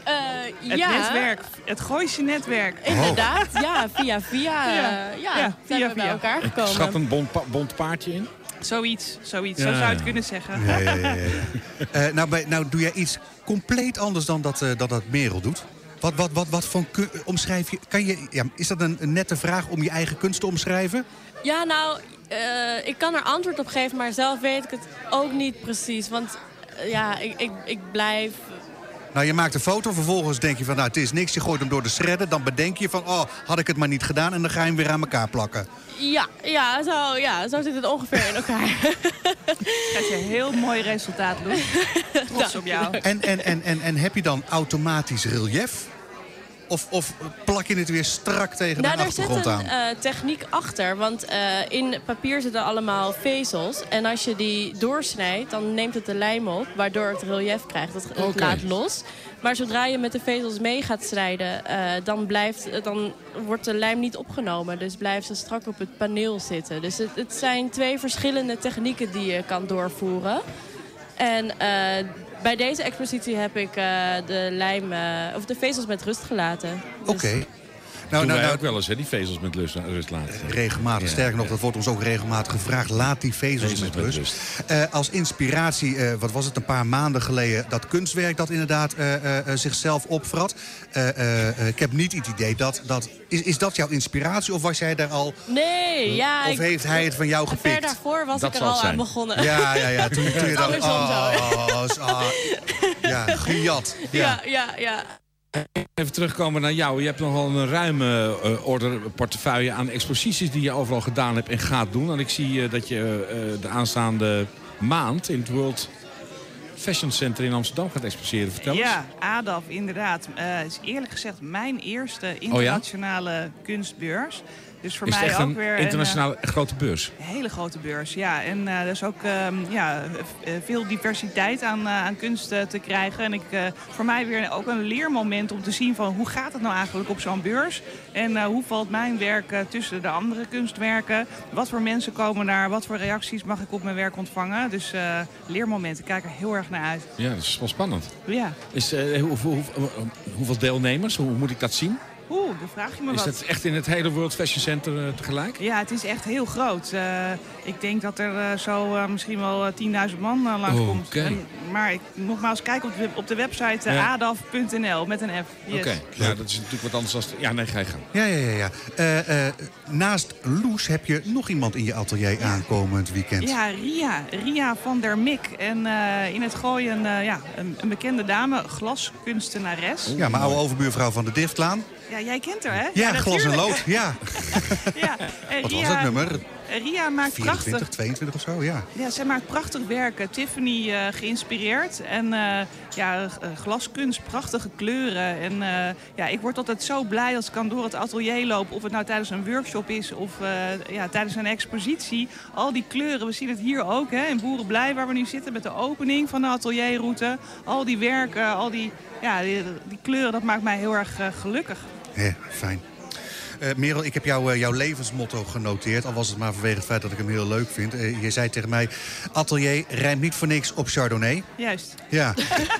[SPEAKER 8] eh,
[SPEAKER 9] Het
[SPEAKER 8] ja,
[SPEAKER 9] netwerk. Het Gooise netwerk.
[SPEAKER 8] Inderdaad,
[SPEAKER 3] Oh.
[SPEAKER 8] ja, via via, eh,
[SPEAKER 9] Ja.
[SPEAKER 8] ja,
[SPEAKER 9] Ja,
[SPEAKER 8] zijn
[SPEAKER 9] via
[SPEAKER 8] we bij
[SPEAKER 9] via.
[SPEAKER 8] elkaar
[SPEAKER 4] Ik schat
[SPEAKER 8] gekomen.
[SPEAKER 4] een bont, pa- bont paardje in.
[SPEAKER 9] Zoiets, zoiets.
[SPEAKER 4] Ja,
[SPEAKER 9] Zo zou je
[SPEAKER 4] ja.
[SPEAKER 9] het kunnen zeggen.
[SPEAKER 3] Ja, ja, ja. ja, ja. Eh, nou, bij, nou doe jij iets compleet anders dan dat, eh, dat, dat Merel doet. Wat, wat, wat, wat voor kun- omschrijf je, kan je ja, is dat een, een nette vraag om je eigen kunst te omschrijven?
[SPEAKER 8] Ja, nou, eh, ik kan er antwoord op geven, maar zelf weet ik het ook niet precies. Want eh, ja, ik, ik, ik blijf...
[SPEAKER 3] Nou, je maakt een foto, vervolgens denk je van nou, het is niks. Je gooit hem door de shredder, dan bedenk je van oh, had ik het maar niet gedaan. En dan ga je hem weer aan elkaar plakken.
[SPEAKER 8] Ja, ja, zo, ja, zo zit het ongeveer in elkaar.
[SPEAKER 9] Krijg je een heel mooi resultaat, Loes. Trots op jou.
[SPEAKER 3] En, en, en, en, en heb je dan automatisch relief? Of, of plak je het weer strak tegen
[SPEAKER 8] Nou,
[SPEAKER 3] de
[SPEAKER 8] daar zit
[SPEAKER 3] achtergrond
[SPEAKER 8] een
[SPEAKER 3] aan?
[SPEAKER 8] eh, techniek achter. Want eh, in papier zitten allemaal vezels. En als je die doorsnijdt, dan neemt het de lijm op. Waardoor het relief krijgt. Het, het
[SPEAKER 3] Oké.
[SPEAKER 8] laat los. Maar zodra je met de vezels mee gaat snijden... eh, dan, blijft, dan wordt de lijm niet opgenomen. Dus blijft ze strak op het paneel zitten. Dus het, het zijn twee verschillende technieken die je kan doorvoeren. En eh, bij deze expositie heb ik eh, de, lijm, eh, of de vezels met rust gelaten.
[SPEAKER 3] Oké.
[SPEAKER 8] Dus-
[SPEAKER 3] Nou,
[SPEAKER 4] Doen
[SPEAKER 3] nou,
[SPEAKER 4] wij
[SPEAKER 3] nou,
[SPEAKER 4] ook wel eens, hè, die vezels met lust- rust laten.
[SPEAKER 3] regelmatig.
[SPEAKER 4] Ja,
[SPEAKER 3] Sterker nog,
[SPEAKER 4] ja.
[SPEAKER 3] dat wordt ons ook regelmatig gevraagd. Laat die vezels
[SPEAKER 4] Vezels
[SPEAKER 3] met
[SPEAKER 4] met
[SPEAKER 3] rust.
[SPEAKER 4] rust.
[SPEAKER 3] Eh, als inspiratie, eh, wat was het een paar maanden geleden... dat kunstwerk dat inderdaad eh, eh, eh, zichzelf opvrat. Eh, eh, eh, ik heb niet het idee dat... dat is, is dat jouw inspiratie of was jij daar al...
[SPEAKER 8] Nee, ja.
[SPEAKER 3] of
[SPEAKER 8] ik-
[SPEAKER 3] heeft hij het van jou
[SPEAKER 8] Ver
[SPEAKER 3] gepikt?
[SPEAKER 8] daarvoor was
[SPEAKER 4] Dat
[SPEAKER 8] ik er
[SPEAKER 4] zal
[SPEAKER 8] al
[SPEAKER 4] het zijn.
[SPEAKER 8] aan begonnen.
[SPEAKER 3] Ja, ja, ja. Toen, toen je dacht,
[SPEAKER 8] andersom
[SPEAKER 3] oh, ah, ja, gejat.
[SPEAKER 8] ja, ja. ja.
[SPEAKER 4] Even terugkomen naar jou. Je hebt nogal een ruime eh, order portefeuille aan exposities die je overal gedaan hebt en gaat doen. En ik zie eh, dat je eh, de aanstaande maand in het World Fashion Center in Amsterdam gaat exposeren. Vertel eens.
[SPEAKER 9] Ja, ADAF inderdaad. Eh is eerlijk gezegd mijn eerste internationale kunstbeurs. Dus voor
[SPEAKER 4] Is het
[SPEAKER 9] mij
[SPEAKER 4] echt
[SPEAKER 9] ook
[SPEAKER 4] een
[SPEAKER 9] weer een, eh,
[SPEAKER 4] internationale grote beurs?
[SPEAKER 9] Een hele grote beurs, ja. En eh er is ook ehm, ja, eh, veel diversiteit aan, eh, aan kunst eh, te krijgen. En ik, eh, voor mij weer ook een leermoment om te zien van hoe gaat het nou eigenlijk op zo'n beurs? En eh, hoe valt mijn werk eh, tussen de andere kunstwerken? Wat voor mensen komen daar? Wat voor reacties mag ik op mijn werk ontvangen? Dus eh leermoment, ik kijk er heel erg naar uit.
[SPEAKER 4] Ja, dat is wel spannend.
[SPEAKER 9] Ja,
[SPEAKER 4] Is, eh, hoe- hoe- hoe- hoeveel deelnemers? Hoe moet ik dat zien?
[SPEAKER 9] oeh, dan vraag je me
[SPEAKER 4] Is
[SPEAKER 9] wat.
[SPEAKER 4] dat echt in het hele World Fashion Center eh, tegelijk?
[SPEAKER 9] Ja, het is echt heel groot. Eh, ik denk dat er eh, zo eh, misschien wel eh, 10.000 man eh, langskomt.
[SPEAKER 4] Oké.
[SPEAKER 9] En- maar ik, nogmaals, kijk op de, op de website eh,
[SPEAKER 4] Ja.
[SPEAKER 9] adaf.nl met een F. Yes.
[SPEAKER 4] Oké, ja, dat is natuurlijk wat anders dan... Ja, nee, ga je gaan.
[SPEAKER 3] Ja, ja, ja. ja. Eh, eh, naast Loes heb je nog iemand in je atelier aankomend weekend.
[SPEAKER 9] Ja, Ria. Ria van der Mik. En eh, in het gooi een, eh, ja, een, een bekende dame, glaskunstenares.
[SPEAKER 3] Ja, mijn oude overbuurvrouw van de Diftlaan.
[SPEAKER 9] Ja, jij kent haar, hè?
[SPEAKER 3] Ja, glas en
[SPEAKER 9] natuurlijk.
[SPEAKER 3] lood. Ja.
[SPEAKER 9] Ja. En
[SPEAKER 3] Wat
[SPEAKER 9] Ria,
[SPEAKER 3] was dat nummer?
[SPEAKER 9] Ria maakt
[SPEAKER 3] 24,
[SPEAKER 9] prachtig
[SPEAKER 3] 22 of zo, ja.
[SPEAKER 9] Ja, zij maakt prachtig werken. Tiffany eh, geïnspireerd. En eh, ja, eh, glaskunst, prachtige kleuren. En eh, ja, ik word altijd zo blij als ik kan door het atelier loop. Of het nou tijdens een workshop is of eh, ja, tijdens een expositie. Al die kleuren, we zien het hier ook hè, in Boerenblij waar we nu zitten met de opening van de atelierroute. Al die werken, al die, ja, die, die kleuren, dat maakt mij heel erg eh, gelukkig.
[SPEAKER 3] Hé, fijn. Eh, Merel, ik heb jou, eh, jouw levensmotto genoteerd. Al was het maar vanwege het feit dat ik hem heel leuk vind. Eh, je zei tegen mij, atelier rijmt niet voor niks op Chardonnay.
[SPEAKER 9] Juist.
[SPEAKER 3] Ja,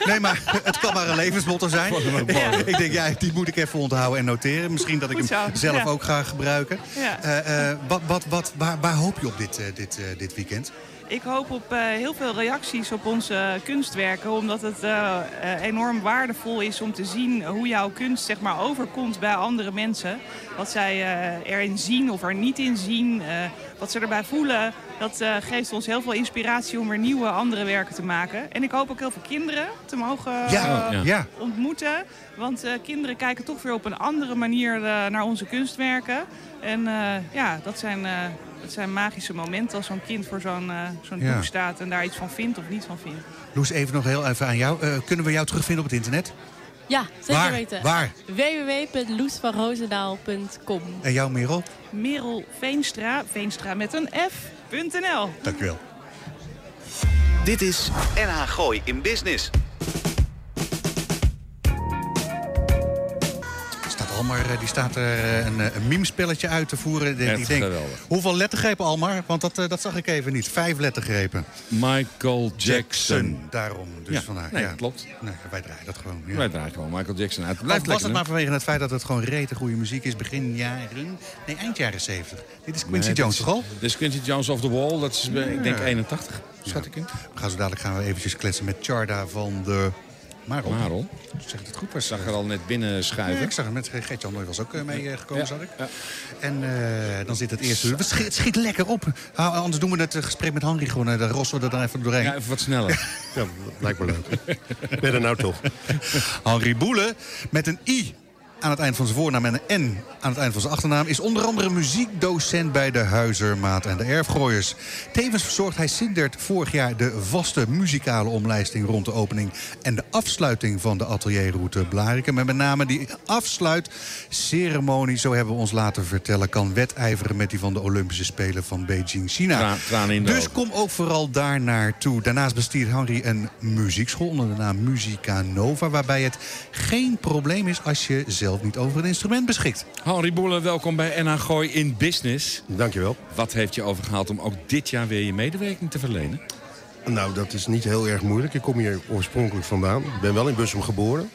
[SPEAKER 3] nee, maar het kan maar een levensmotto zijn.
[SPEAKER 4] Ja.
[SPEAKER 3] Ik denk, ja, die moet ik even onthouden en noteren. Misschien dat ik
[SPEAKER 9] Goed
[SPEAKER 3] hem
[SPEAKER 9] zo,
[SPEAKER 3] zelf
[SPEAKER 9] ja.
[SPEAKER 3] ook ga gebruiken.
[SPEAKER 9] Ja.
[SPEAKER 3] Eh, eh, wat, wat, wat, waar, waar hoop je op dit, eh, dit, eh, dit weekend?
[SPEAKER 9] Ik hoop op eh, heel veel reacties op onze eh, kunstwerken. Omdat het eh, eh, enorm waardevol is om te zien hoe jouw kunst zeg maar, overkomt bij andere mensen. Wat zij eh, erin zien of er niet in zien. eh, wat ze erbij voelen. Dat eh, geeft ons heel veel inspiratie om weer nieuwe, andere werken te maken. En ik hoop ook heel veel kinderen te mogen eh,
[SPEAKER 3] ja.
[SPEAKER 4] ja.
[SPEAKER 3] ja.
[SPEAKER 9] ontmoeten. Want eh, kinderen kijken toch weer op een andere manier eh, naar onze kunstwerken. En eh, ja, dat zijn, eh, dat zijn magische momenten als zo'n kind voor zo'n eh, zo'n
[SPEAKER 3] Ja.
[SPEAKER 9] doek staat en daar iets van vindt of niet van vindt.
[SPEAKER 3] Loes, even nog heel even aan jou. Eh, kunnen we jou terugvinden op het internet?
[SPEAKER 8] Ja, zeker
[SPEAKER 3] waar?
[SPEAKER 8] weten.
[SPEAKER 3] Waar?
[SPEAKER 8] www.loesvanroosendaal.com
[SPEAKER 3] En jou, Merel?
[SPEAKER 9] Merel Veenstra, Veenstra met een F.nl.
[SPEAKER 3] Dankjewel.
[SPEAKER 1] Dit is NH Gooi in Business.
[SPEAKER 3] Staat Almar, eh, die staat er eh, een, eh, een memespelletje uit te voeren. Die-
[SPEAKER 4] Echt
[SPEAKER 3] die denkt,
[SPEAKER 4] geweldig.
[SPEAKER 3] Hoeveel lettergrepen, Almar? Want dat, eh, dat zag ik even niet. Vijf lettergrepen.
[SPEAKER 4] Michael Jackson.
[SPEAKER 3] Daarom, dus
[SPEAKER 4] Ja,
[SPEAKER 3] vandaag.
[SPEAKER 4] nee, klopt.
[SPEAKER 3] Nee, wij draaien dat gewoon. Ja.
[SPEAKER 4] Wij draaien gewoon Michael Jackson uit. Het
[SPEAKER 3] Of
[SPEAKER 4] Blijft
[SPEAKER 3] was het
[SPEAKER 9] nou
[SPEAKER 4] lekker,
[SPEAKER 3] maar vanwege het feit dat het gewoon rete goede muziek is begin jaren... Nee, eind jaren zeventig. Dit is Quincy
[SPEAKER 4] Nee,
[SPEAKER 3] Jones,
[SPEAKER 4] dat
[SPEAKER 3] toch
[SPEAKER 4] is- dus
[SPEAKER 3] al?
[SPEAKER 4] Dit is Quincy Jones of the Wall. Dat is, eh, ik denk, 81, schat ik in.
[SPEAKER 3] We gaan zo dadelijk gaan we eventjes kletsen met Charda van de... Marel.
[SPEAKER 4] Marel.
[SPEAKER 3] Zegt het goed, was
[SPEAKER 4] Zag er al net binnen
[SPEAKER 3] Ja,
[SPEAKER 4] schuiven.
[SPEAKER 3] ik zag het met Gert-Jan Nooy was ook eh, mee eh, gekomen,
[SPEAKER 4] Ja,
[SPEAKER 3] zag ik.
[SPEAKER 4] ja.
[SPEAKER 3] En eh, dan zit het eerste uur. Het schiet, het schiet lekker op. Ah, anders doen we het eh, gesprek met Henry gewoon. eh, Dan rossen we er dan even doorheen.
[SPEAKER 4] Ja, even wat sneller.
[SPEAKER 6] Ja, blijkbaar leuk. ben er nou toch.
[SPEAKER 3] Henri Boele met een I. aan het eind van zijn voornaam en een N aan het eind van zijn achternaam... is onder andere muziekdocent bij de Huizermaat en de Erfgooiers. Tevens verzorgt hij Sindert vorig jaar de vaste muzikale omlijsting... rond de opening en de afsluiting van de atelierroute Blariken. Maar met name die afsluitceremonie, zo hebben we ons laten vertellen... kan wedijveren met die van de Olympische Spelen van Beijing, China.
[SPEAKER 4] Tra- tranen in de
[SPEAKER 3] dus
[SPEAKER 4] ogen.
[SPEAKER 3] kom ook vooral daar naartoe. Daarnaast bestiert Henry een muziekschool onder de naam Musica Nova... waarbij het geen probleem is als je zelf niet over een instrument beschikt.
[SPEAKER 4] Henri Boelen, welkom bij NH Gooi in Business.
[SPEAKER 6] Dankjewel.
[SPEAKER 4] Wat heeft je overgehaald om ook dit jaar weer je medewerking te verlenen?
[SPEAKER 6] Nou, dat is niet heel erg moeilijk. Ik kom hier oorspronkelijk vandaan. Ik ben wel in Bussum geboren.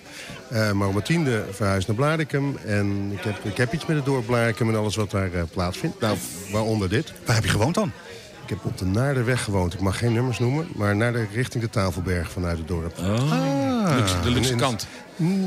[SPEAKER 6] eh, maar om mijn tiende verhuisd naar Blarikum. En ik heb, ik heb iets met het dorp Blarikum en alles wat daar eh, plaatsvindt. Nou, waaronder dit.
[SPEAKER 3] Waar heb je gewoond dan?
[SPEAKER 6] Ik heb op de Naarderweg gewoond. Ik mag geen nummers noemen. Maar naar de richting de Tafelberg vanuit het dorp.
[SPEAKER 4] Oh. Luxe- de luxe
[SPEAKER 6] in-
[SPEAKER 4] kant.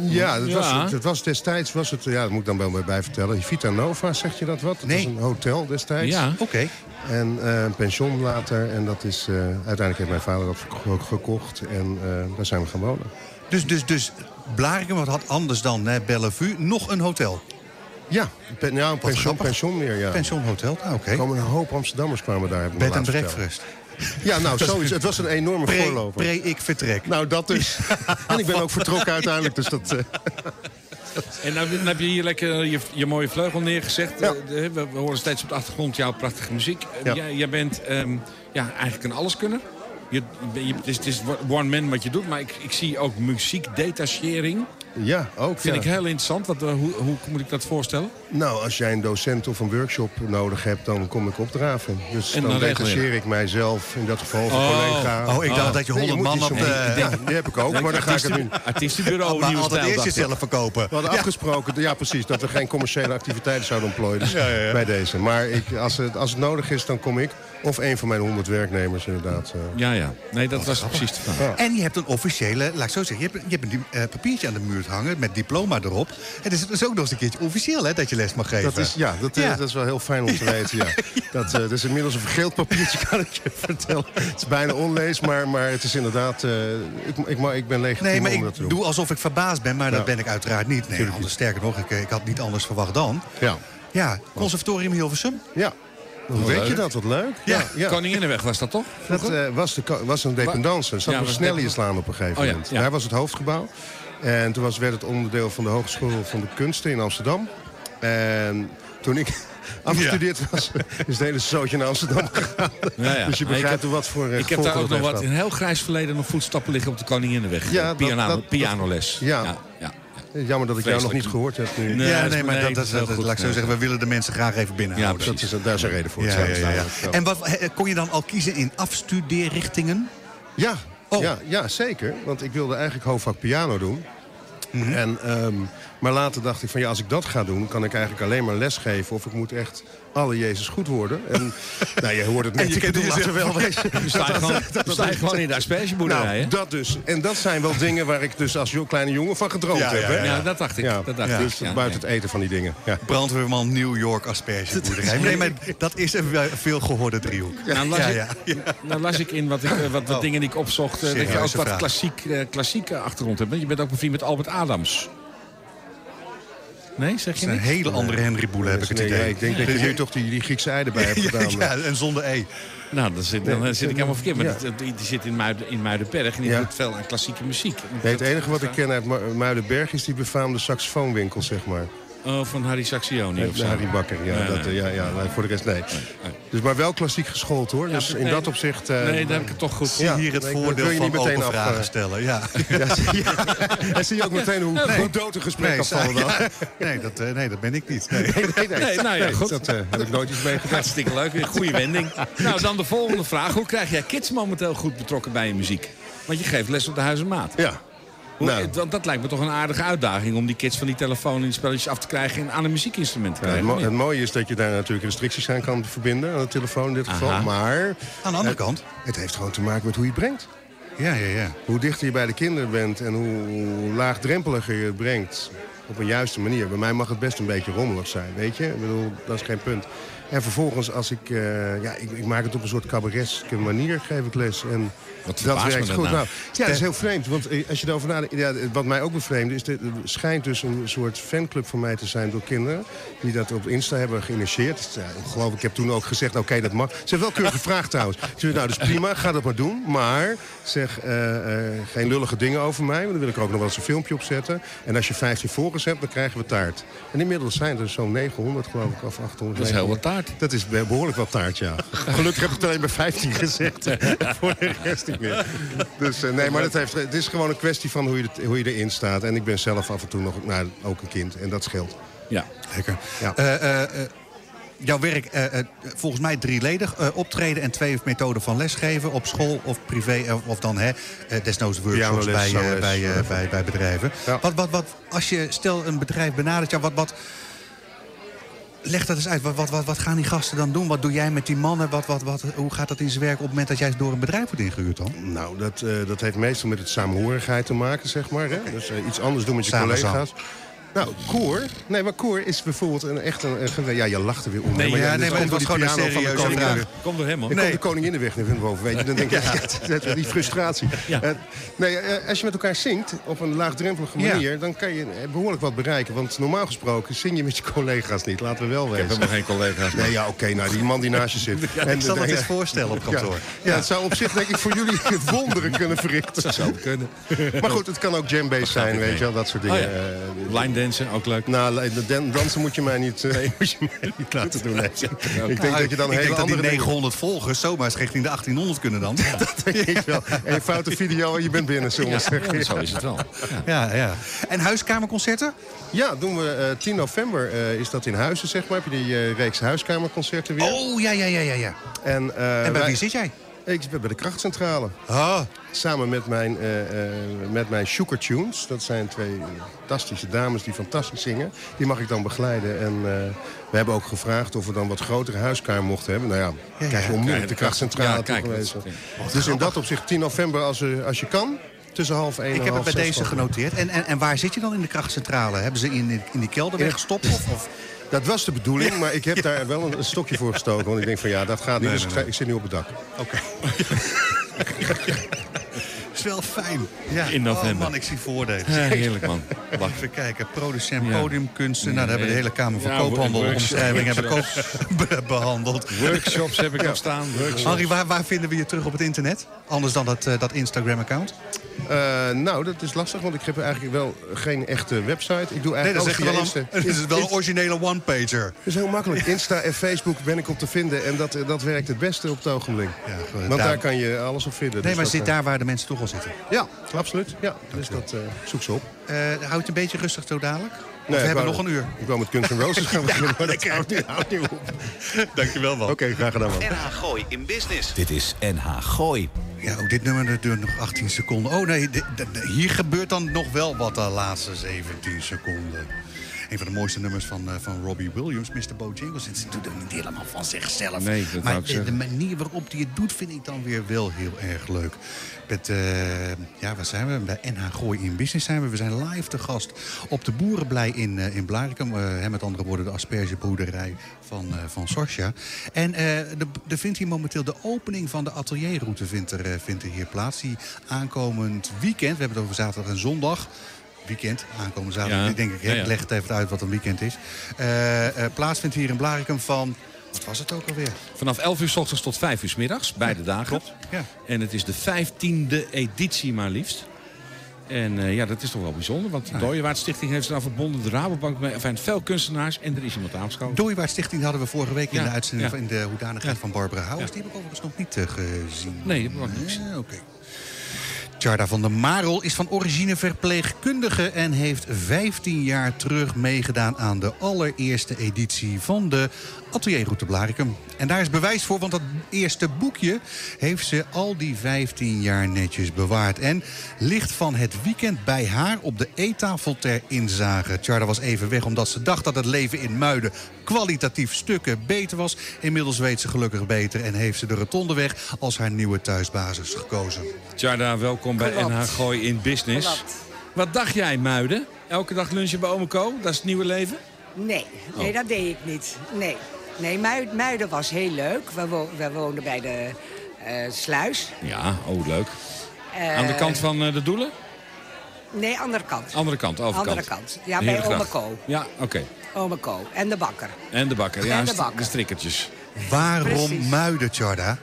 [SPEAKER 6] Ja, dat was,
[SPEAKER 4] Ja.
[SPEAKER 6] het, het was destijds, was het, ja, dat moet ik dan wel weer bij vertellen. Vita Nova, zegt je dat wat? Dat
[SPEAKER 3] Nee.
[SPEAKER 6] was een hotel destijds.
[SPEAKER 4] Ja.
[SPEAKER 3] Oké.
[SPEAKER 6] En eh, een pension later. En dat is, eh, uiteindelijk heeft mijn vader dat verko- ook gekocht. En eh, daar zijn we gaan wonen.
[SPEAKER 3] Dus, dus, dus Blarikum wat had anders dan hè, Bellevue nog een hotel.
[SPEAKER 6] Ja, pen, ja een pension,
[SPEAKER 3] grappig.
[SPEAKER 6] pension meer, ja.
[SPEAKER 3] Pensionhotel, ah, oké.
[SPEAKER 6] Er kwamen een hoop Amsterdammers kwamen daar. hebben we
[SPEAKER 3] Bed en
[SPEAKER 6] laten vertellen.
[SPEAKER 3] breakfast.
[SPEAKER 6] Ja, nou, zoiets. Het was een enorme
[SPEAKER 3] Pre,
[SPEAKER 6] voorloper.
[SPEAKER 3] pre ik vertrek.
[SPEAKER 6] Nou, dat dus. en ik ben ook vertrokken uiteindelijk. Dus dat, eh,
[SPEAKER 4] En nou, dan, dan heb je hier lekker je, je mooie vleugel neergezet.
[SPEAKER 6] Ja.
[SPEAKER 4] Eh, de- we, we horen steeds op de achtergrond jouw prachtige muziek. Eh,
[SPEAKER 6] Ja.
[SPEAKER 4] Jij, jij bent ehm, ja, eigenlijk een alleskunner. Je, je, het, is, het is one man wat je doet, maar ik, ik zie ook muziekdetachering.
[SPEAKER 6] ja, ook.
[SPEAKER 4] Vind
[SPEAKER 6] ja.
[SPEAKER 4] ik heel interessant. Wat, eh, hoe, hoe moet ik dat voorstellen?
[SPEAKER 6] Nou, als jij een docent of een workshop nodig hebt, dan kom ik opdraven. Dus
[SPEAKER 4] En
[SPEAKER 6] dan,
[SPEAKER 4] dan regel je
[SPEAKER 6] detacheer ik mijzelf, in dat geval van
[SPEAKER 4] Oh.
[SPEAKER 6] collega.
[SPEAKER 3] Oh, ik dacht dat je
[SPEAKER 6] Nee,
[SPEAKER 3] 100
[SPEAKER 6] moet
[SPEAKER 3] man
[SPEAKER 6] niet
[SPEAKER 3] op
[SPEAKER 6] zo-
[SPEAKER 3] de...
[SPEAKER 6] Ja, die heb ik ook, maar dan ga ik het doen.
[SPEAKER 4] Artiestenbureau,
[SPEAKER 3] maar
[SPEAKER 4] Oh, nieuwe
[SPEAKER 3] altijd
[SPEAKER 4] stijl.
[SPEAKER 3] eerst
[SPEAKER 4] dacht ik.
[SPEAKER 3] jezelf verkopen.
[SPEAKER 6] We hadden afgesproken, ja precies, dat we geen commerciële activiteiten zouden ontplooien dus bij deze. Maar ik, als, het, als het nodig is, dan kom ik. Of een van mijn 100 werknemers inderdaad. eh.
[SPEAKER 4] Ja, ja. Nee, dat was precies de vraag.
[SPEAKER 3] En je hebt een officiële, laat ik zo zeggen, je hebt, je hebt een eh, papiertje aan de muur hangen met diploma erop. En dus het is ook nog eens een keertje officieel hè, dat je les mag geven.
[SPEAKER 6] Dat is, ja, dat, eh,
[SPEAKER 3] Ja.
[SPEAKER 6] dat is wel heel fijn om te weten. Ja. Dat, eh, dat is inmiddels een vergeeld papiertje, kan ik je vertellen. Het is bijna onlees, maar, maar het is inderdaad... eh, ik, ik, ma- ik ben legitiem
[SPEAKER 3] Nee, maar
[SPEAKER 6] om dat te doen.
[SPEAKER 3] ik doe alsof ik verbaasd ben, maar dat ben ik uiteraard niet. Nee, anders, sterker nog, ik, eh, ik had niet anders verwacht dan.
[SPEAKER 6] Ja.
[SPEAKER 3] Ja, conservatorium Hilversum.
[SPEAKER 6] Ja. Hoe weet je dat? Wat leuk.
[SPEAKER 3] Ja,
[SPEAKER 4] Koninginnenweg was dat toch?
[SPEAKER 6] Dat eh, was, de, ko- was een dependance. Er zat
[SPEAKER 4] Ja,
[SPEAKER 6] een
[SPEAKER 4] was de-
[SPEAKER 6] Snelliuslaan op een gegeven
[SPEAKER 4] Oh ja,
[SPEAKER 6] moment.
[SPEAKER 4] ja.
[SPEAKER 6] Daar was het hoofdgebouw. En toen was, werd het onderdeel van de Hogeschool van de Kunsten in Amsterdam. En toen ik afgestudeerd was, is het hele zootje naar Amsterdam gegaan.
[SPEAKER 4] Ja, ja.
[SPEAKER 6] Dus je
[SPEAKER 4] Maar ik
[SPEAKER 6] begrijpt
[SPEAKER 4] heb-
[SPEAKER 6] wat voor
[SPEAKER 4] Ik
[SPEAKER 6] eh,
[SPEAKER 4] heb
[SPEAKER 6] gevolgen
[SPEAKER 4] daar ook nog
[SPEAKER 6] dat heeft
[SPEAKER 4] wat in
[SPEAKER 6] gehad.
[SPEAKER 4] heel grijs verleden nog voetstappen liggen op de Koninginnenweg.
[SPEAKER 6] Ja,
[SPEAKER 4] Eh,
[SPEAKER 6] dat-
[SPEAKER 4] piano,
[SPEAKER 6] dat-
[SPEAKER 4] pianoles.
[SPEAKER 6] ja.
[SPEAKER 4] ja, ja.
[SPEAKER 6] Jammer dat ik jou nog
[SPEAKER 4] Vreselijk.
[SPEAKER 6] niet gehoord heb nu.
[SPEAKER 4] Nee,
[SPEAKER 3] ja,
[SPEAKER 4] dat is-
[SPEAKER 3] nee, maar
[SPEAKER 4] nee,
[SPEAKER 3] dat,
[SPEAKER 4] dat
[SPEAKER 3] dat,
[SPEAKER 4] is heel
[SPEAKER 3] dat-
[SPEAKER 4] goed.
[SPEAKER 3] laat ik zo
[SPEAKER 4] Nee.
[SPEAKER 3] zeggen, we willen de mensen graag even
[SPEAKER 4] Ja,
[SPEAKER 3] binnenhouden.
[SPEAKER 4] precies.
[SPEAKER 6] Dat is, daar is een reden voor.
[SPEAKER 3] Ja,
[SPEAKER 6] Het
[SPEAKER 3] ja,
[SPEAKER 6] zou
[SPEAKER 3] ja, ja.
[SPEAKER 6] staan.
[SPEAKER 3] En wat, eh, kon je dan al kiezen in afstudeerrichtingen?
[SPEAKER 6] Ja,
[SPEAKER 3] Oh.
[SPEAKER 6] ja, ja, zeker. Want ik wilde eigenlijk hoofdvak piano doen. En, ehm, maar later dacht ik van ja, als ik dat ga doen, kan ik eigenlijk alleen maar les geven. Of ik moet echt alle Jezus goed worden. En nou, je hoort het net.
[SPEAKER 3] En je kunt dus-
[SPEAKER 6] Ik bedoel,
[SPEAKER 3] jezelf-
[SPEAKER 6] laten we wel
[SPEAKER 4] Dan sta je gewoon- dan sta je gewoon in de aspergeboerderij, hè?
[SPEAKER 6] Nou, dat dus. En dat zijn wel dingen waar ik dus als jo- kleine jongen van gedroomd
[SPEAKER 3] Ja,
[SPEAKER 6] heb.
[SPEAKER 3] ja,
[SPEAKER 6] hè?
[SPEAKER 3] ja.
[SPEAKER 4] Ja, dat dacht ik.
[SPEAKER 6] Ja,
[SPEAKER 4] Dat dacht
[SPEAKER 6] ja.
[SPEAKER 4] ik.
[SPEAKER 6] Dus
[SPEAKER 4] ja,
[SPEAKER 6] buiten het eten van die dingen. Ja.
[SPEAKER 3] Brandweerman New York aspergeboerderij. Nee, maar dat is een wel- veel gehoorde driehoek.
[SPEAKER 4] Nou, las
[SPEAKER 3] ja,
[SPEAKER 4] ik-
[SPEAKER 3] ja.
[SPEAKER 4] Nou las ik in wat, ik, eh, wat,
[SPEAKER 6] Oh.
[SPEAKER 4] wat dingen die ik opzocht... eh, dat je ook
[SPEAKER 3] Serieuze
[SPEAKER 4] wat
[SPEAKER 3] vraag.
[SPEAKER 4] klassiek, eh, klassieke achtergrond hebt. Want Je bent ook bevriend met Albert Adams. Nee, zeg je
[SPEAKER 3] Het is een
[SPEAKER 4] niet?
[SPEAKER 3] hele andere Henry Boele, heb ik het
[SPEAKER 6] Nee,
[SPEAKER 3] idee.
[SPEAKER 6] ja, ik denk dat je nu toch die, die Griekse ei erbij hebt gedaan. eh.
[SPEAKER 3] Ja, ja, en zonder E.
[SPEAKER 4] Nou, dan zit, dan,
[SPEAKER 6] Nee,
[SPEAKER 4] zit ik helemaal verkeerd. Maar
[SPEAKER 6] ja.
[SPEAKER 4] dat- die, die zit in, Muiden, in Muidenberg en die
[SPEAKER 6] Ja.
[SPEAKER 4] doet veel aan klassieke muziek.
[SPEAKER 6] Nee, het enige wat ik eh, ken uit Mu- Muidenberg is die befaamde saxofoonwinkel, zeg maar.
[SPEAKER 4] Oh, van Harry Saxioni of
[SPEAKER 6] De
[SPEAKER 4] zo.
[SPEAKER 6] Harry Bakker, ja,
[SPEAKER 4] Nee,
[SPEAKER 6] dat,
[SPEAKER 4] nee.
[SPEAKER 6] ja, ja, nee, voor de rest nee. Dus maar wel klassiek geschoold hoor. Dus in
[SPEAKER 4] nee.
[SPEAKER 6] dat opzicht. eh,
[SPEAKER 4] Nee, daar heb ik het toch goed.
[SPEAKER 3] Zie
[SPEAKER 6] Ja,
[SPEAKER 3] hier het
[SPEAKER 6] ik- ik
[SPEAKER 3] voordeel
[SPEAKER 6] wil je niet
[SPEAKER 3] van open
[SPEAKER 6] meteen af,
[SPEAKER 3] vragen
[SPEAKER 6] eh,
[SPEAKER 3] stellen. Ja.
[SPEAKER 6] ja, zie- ja. En zie je ook meteen hoe, hoe dood een gesprek
[SPEAKER 3] Nee,
[SPEAKER 6] kan vallen dan.
[SPEAKER 3] ja, nee, dat, eh, nee, dat ben ik niet. Nee.
[SPEAKER 6] Nee, nee,
[SPEAKER 4] Nee, nou ja,
[SPEAKER 6] nee,
[SPEAKER 4] goed.
[SPEAKER 6] Dat eh, heb ik nooit iets mee gedaan.
[SPEAKER 4] Hartstikke leuk, weer een goede wending. Nou, dan de volgende vraag. Hoe krijg jij kids momenteel goed betrokken bij je muziek? Want je geeft les op de huizenmaat.
[SPEAKER 6] Ja.
[SPEAKER 4] Hoe-
[SPEAKER 6] Nou.
[SPEAKER 4] Want dat lijkt me toch een aardige uitdaging... om die kids van die telefoon en die spelletjes af te krijgen... en aan een muziekinstrument te
[SPEAKER 6] Ja, het,
[SPEAKER 4] krijgen.
[SPEAKER 6] mo- het mooie is dat je daar natuurlijk restricties aan kan verbinden, aan de telefoon in dit geval.
[SPEAKER 4] Aha.
[SPEAKER 6] Maar
[SPEAKER 3] Aan de andere
[SPEAKER 6] Eh,
[SPEAKER 3] kant.
[SPEAKER 6] het heeft gewoon te maken met hoe je het brengt.
[SPEAKER 3] Ja, ja, ja.
[SPEAKER 6] Hoe dichter je bij de kinderen bent en hoe laagdrempeliger je het brengt. op een juiste manier. Bij mij mag het best een beetje rommelig zijn, weet je? Ik bedoel, dat is geen punt. En vervolgens, als ik, eh, ja, ik, ik maak het op een soort cabaretske manier, geef ik les. En
[SPEAKER 4] Wat
[SPEAKER 6] dat
[SPEAKER 4] verbaast me
[SPEAKER 6] werkt
[SPEAKER 4] dat
[SPEAKER 6] goed.
[SPEAKER 4] nou?
[SPEAKER 6] Nou, ja, dat is heel vreemd. Want eh, als je daarover nadenkt, ja, wat mij ook bevreemde is, dat er schijnt dus een soort fanclub van mij te zijn door kinderen. Die dat op Insta hebben geïnitieerd. Dus, ja, geloof ik, ik heb toen ook gezegd, oké, dat mag. Ze hebben wel keurig gevraagd trouwens. Ze zei, nou, dus prima, ga dat maar doen. Maar zeg eh, eh, geen lullige dingen over mij, want dan wil ik er ook nog wel eens een filmpje op zetten. En als je 15 volgers hebt, dan krijgen we taart. En inmiddels zijn er zo'n 900, geloof ik, of 800.
[SPEAKER 4] Dat is heel wat taart.
[SPEAKER 6] Dat is be- behoorlijk wat taart, ja. Gelukkig heb ik het alleen bij 15 gezegd. Voor de rest niet meer. Dus eh, nee, maar dat heeft, het is gewoon een kwestie van hoe je, het- hoe je erin staat. En ik ben zelf af en toe nog nou, ook een kind. En dat scheelt.
[SPEAKER 4] Ja.
[SPEAKER 3] Lekker.
[SPEAKER 6] Ja.
[SPEAKER 3] Eh, eh, eh, jouw werk, eh, eh, volgens mij drieledig. Eh, optreden en twee methoden van lesgeven op school of privé. eh, of dan hè, eh, desnoods workshops
[SPEAKER 6] Pianoles,
[SPEAKER 3] bij, eh,
[SPEAKER 6] zangles,
[SPEAKER 3] bij, eh,
[SPEAKER 6] whatever.
[SPEAKER 3] bij, bij bedrijven.
[SPEAKER 6] Ja.
[SPEAKER 3] Wat, wat, wat, als je stel een bedrijf benadert, ja, wat, wat, leg dat eens uit. Wat, wat, wat, wat gaan die gasten dan doen? Wat doe jij met die mannen? Wat, wat, wat, hoe gaat dat in zijn werk op het moment dat jij door een bedrijf wordt ingehuurd dan?
[SPEAKER 6] Nou, dat, eh, dat heeft meestal met het samenhorigheid te maken, zeg maar. Hè? Dus eh, iets anders doen met je
[SPEAKER 3] Samen
[SPEAKER 6] collega's. Nou, koor. Nee, maar koor is bijvoorbeeld een, echt een, een ge- Ja, je lacht er weer om.
[SPEAKER 4] Nee,
[SPEAKER 6] maar
[SPEAKER 3] ja,
[SPEAKER 6] dit
[SPEAKER 3] nee, maar
[SPEAKER 6] komt
[SPEAKER 3] dit
[SPEAKER 6] door die
[SPEAKER 3] was gewoon een
[SPEAKER 6] piano van de
[SPEAKER 3] serieuze
[SPEAKER 6] koningin.
[SPEAKER 3] vraag.
[SPEAKER 4] Kom door hem, man.
[SPEAKER 6] Ik kom de koning in de weg naar boven, weet je. Dan denk je, ja, dat is die frustratie. Eh, nee, eh, als je met elkaar zingt op een laagdrempelige manier... dan kan je eh, behoorlijk wat bereiken. Want normaal gesproken zing je met je collega's niet. Laten we wel wezen.
[SPEAKER 4] geen collega's.
[SPEAKER 6] Nee, ja, oké, nou, die man die naast je zit. en,
[SPEAKER 3] ik zal dat
[SPEAKER 6] nee,
[SPEAKER 3] eens
[SPEAKER 6] ja.
[SPEAKER 3] voorstellen op kantoor.
[SPEAKER 6] Ja, ja, het zou op zich denk ik voor jullie het wonderen kunnen verrichten. Dat zou kunnen. Maar goed, het kan ook jambase zijn, weet je wel, dat soort dingen.
[SPEAKER 4] Oh, ja.
[SPEAKER 6] Eh,
[SPEAKER 4] Line dansen, ook leuk.
[SPEAKER 6] nou, de dan- dansen moet je mij niet, eh, moet je mij niet laten doen. nee. Ik denk dat je dan
[SPEAKER 3] ik denk dat
[SPEAKER 6] hele
[SPEAKER 3] die
[SPEAKER 6] andere dingen-
[SPEAKER 3] 900 volgers zomaar eens richting de 1800 kunnen dan.
[SPEAKER 6] Denk ik wel. Eén foute video en je bent binnen, zullen we zeggen.
[SPEAKER 4] Zo is het wel.
[SPEAKER 3] Ja, ja. En huiskamerconcerten?
[SPEAKER 6] Ja, doen we eh, 10 november eh, is dat in Huizen, zeg maar. Heb je die eh, reeks huiskamerconcerten weer.
[SPEAKER 3] Oh, ja, ja, ja, ja. ja.
[SPEAKER 6] En, eh,
[SPEAKER 3] En bij
[SPEAKER 6] wij-
[SPEAKER 3] wie zit jij?
[SPEAKER 6] Ik ben bij de krachtcentrale.
[SPEAKER 3] Oh,
[SPEAKER 6] Samen met mijn, eh, eh, met mijn Sugar Tunes. Dat zijn twee fantastische dames die fantastisch zingen. Die mag ik dan begeleiden. En eh, we hebben ook gevraagd of we dan wat grotere huiskamer mochten hebben. Nou ja, krijg je onmiddellijk de krachtcentrale
[SPEAKER 4] Ja, kijk,
[SPEAKER 6] toegewezen.
[SPEAKER 4] dat is-
[SPEAKER 6] Dus in dat opzicht 10 november als, eh, als je kan. Tussen half één
[SPEAKER 3] ik
[SPEAKER 6] en
[SPEAKER 3] heb
[SPEAKER 6] half
[SPEAKER 3] het bij
[SPEAKER 6] zes
[SPEAKER 3] deze
[SPEAKER 6] dan.
[SPEAKER 3] genoteerd. En, en, en waar zit je dan in de krachtcentrale? Hebben ze in, in die kelder weggestopt? Of, of...
[SPEAKER 6] Dat was de bedoeling, maar ik heb daar wel een, een stokje voor gestoken. Want ik denk van ja, dat gaat niet. dus ik ga- ik zit nu op het dak.
[SPEAKER 3] is wel fijn. Ja.
[SPEAKER 4] In november.
[SPEAKER 3] Oh man, ik zie voordelen.
[SPEAKER 4] Ja, heerlijk, man. Wacht.
[SPEAKER 3] Even kijken, producent,
[SPEAKER 4] Ja.
[SPEAKER 3] podiumkunsten. Nou, daar hebben we de hele Kamer van
[SPEAKER 4] Ja,
[SPEAKER 3] Koophandel
[SPEAKER 4] works-
[SPEAKER 3] omschrijving hebben we ook be- behandeld.
[SPEAKER 4] Workshops heb ik al staan. Workshops.
[SPEAKER 3] Harry, waar, waar vinden we je terug op het internet? Anders dan dat, eh, dat Instagram-account?
[SPEAKER 6] Eh, nou, dat is lastig, want ik heb eigenlijk wel geen echte website. Ik doe eigenlijk
[SPEAKER 3] Nee, dat is
[SPEAKER 6] alles
[SPEAKER 3] echt
[SPEAKER 6] via
[SPEAKER 3] wel
[SPEAKER 6] Insta.
[SPEAKER 3] een, het is wel een originele one-pager.
[SPEAKER 6] Dat is heel makkelijk. Insta en Facebook ben ik op te vinden. En dat, dat werkt het beste op het ogenblik.
[SPEAKER 3] Ja, goed.
[SPEAKER 6] Want
[SPEAKER 3] Daar-
[SPEAKER 6] daar... kan je alles op vinden.
[SPEAKER 3] Nee,
[SPEAKER 6] Dus
[SPEAKER 3] maar
[SPEAKER 6] dat,
[SPEAKER 3] zit
[SPEAKER 6] eh,
[SPEAKER 3] daar waar de mensen toch al zitten.
[SPEAKER 6] Ja, absoluut. Ja, dus dat eh, zoek ze op.
[SPEAKER 3] Eh, Houdt houd het een beetje rustig zo dadelijk? Of
[SPEAKER 6] Nee,
[SPEAKER 3] we hebben
[SPEAKER 6] ik wou-
[SPEAKER 3] nog een uur.
[SPEAKER 6] Ik wil met Guns N' Roses gaan beginnen, maar dat houdt niet, houdt niet op.
[SPEAKER 3] Dankjewel, man.
[SPEAKER 6] Oké, graag gedaan, man.
[SPEAKER 1] NH Gooi in Business. Dit is NH Gooi.
[SPEAKER 3] Ja, ook dit nummer dat duurt nog 18 seconden. Oh nee, dit- dit- dit- hier gebeurt dan nog wel wat de laatste 17 seconden. Een van de mooiste nummers van, eh, van Robbie Williams, Mr. Bojangles. Het doet het niet helemaal van zichzelf.
[SPEAKER 4] Nee, dat
[SPEAKER 3] maar
[SPEAKER 4] wou ik
[SPEAKER 3] de, de
[SPEAKER 4] zeggen.
[SPEAKER 3] manier waarop hij het doet vind ik dan weer wel heel erg leuk. Met, eh, ja, waar zijn we? Bij NH Gooi in Business zijn we. We zijn live te gast op de Boerenblij in, eh, in Blarikum. Eh, hè, met andere woorden de aspergeboerderij van, eh van Sorsia. En eh, de- er vindt hier momenteel de opening van de atelierroute vindt er, eh, vindt er hier plaats. Die aankomend weekend, we hebben het over zaterdag en zondag... Weekend, aankomende zaterdag.
[SPEAKER 4] Ja.
[SPEAKER 3] Ik denk, ik
[SPEAKER 4] Ja, ja.
[SPEAKER 3] leg het even uit wat een weekend is. Eh, eh, plaatsvindt hier in Blarikum van... Wat was het ook alweer?
[SPEAKER 4] Vanaf 11 uur s ochtends tot 5 uur s middags, beide dagen.
[SPEAKER 3] Ja.
[SPEAKER 4] En het is de 15e editie maar liefst. En eh, ja, dat is toch wel bijzonder, want de Dooiewaardstichting heeft eraan verbonden, de Rabobank, mee, enfin, veel kunstenaars en er is iemand aangeschoven.
[SPEAKER 3] Dooiwaard Stichting hadden we vorige week in
[SPEAKER 4] Ja,
[SPEAKER 3] de uitzending
[SPEAKER 4] ja.
[SPEAKER 3] van in de hoedanigheid
[SPEAKER 4] Ja.
[SPEAKER 3] van Barbara Houwers.
[SPEAKER 4] Ja.
[SPEAKER 3] Die heb ik overigens nog niet eh, gezien.
[SPEAKER 4] Nee, dat mag ik niet zien.
[SPEAKER 3] Eh, Oké. Tjarda van der Marel is van origine verpleegkundige en heeft 15 jaar terug meegedaan aan de allereerste editie van de Atelierroute Blarikum. En daar is bewijs voor, want dat eerste boekje heeft ze al die 15 jaar netjes bewaard. En ligt van het weekend bij haar op de eettafel ter inzage. Tjarda was even weg omdat ze dacht dat het leven in Muiden kwalitatief stukken beter was. Inmiddels weet ze gelukkig beter en heeft ze de Rotondeweg als haar nieuwe thuisbasis gekozen.
[SPEAKER 4] Tjarda, welkom bij NH Gooi in Business. Wat dacht jij, Muiden? Elke dag lunchen bij Omeco, dat is het nieuwe leven.
[SPEAKER 9] Nee, nee dat deed ik niet. Nee, nee Muid, Muiden was heel leuk. We, wo- we woonden bij de eh, sluis.
[SPEAKER 4] Ja, oh leuk. Aan de
[SPEAKER 9] Eh,
[SPEAKER 4] kant van eh, de doelen?
[SPEAKER 9] Nee, andere kant.
[SPEAKER 4] Andere kant, overkant.
[SPEAKER 9] Andere kant. Ja,
[SPEAKER 4] De
[SPEAKER 9] bij
[SPEAKER 4] Herengracht.
[SPEAKER 9] Omeco.
[SPEAKER 4] Ja, oké.
[SPEAKER 9] Ome Ko en de bakker.
[SPEAKER 4] En de bakker, ja,
[SPEAKER 9] En de
[SPEAKER 4] st-
[SPEAKER 9] bakker.
[SPEAKER 4] de strikkertjes.
[SPEAKER 3] Waarom
[SPEAKER 9] Precies.
[SPEAKER 3] muiden, Tjarda?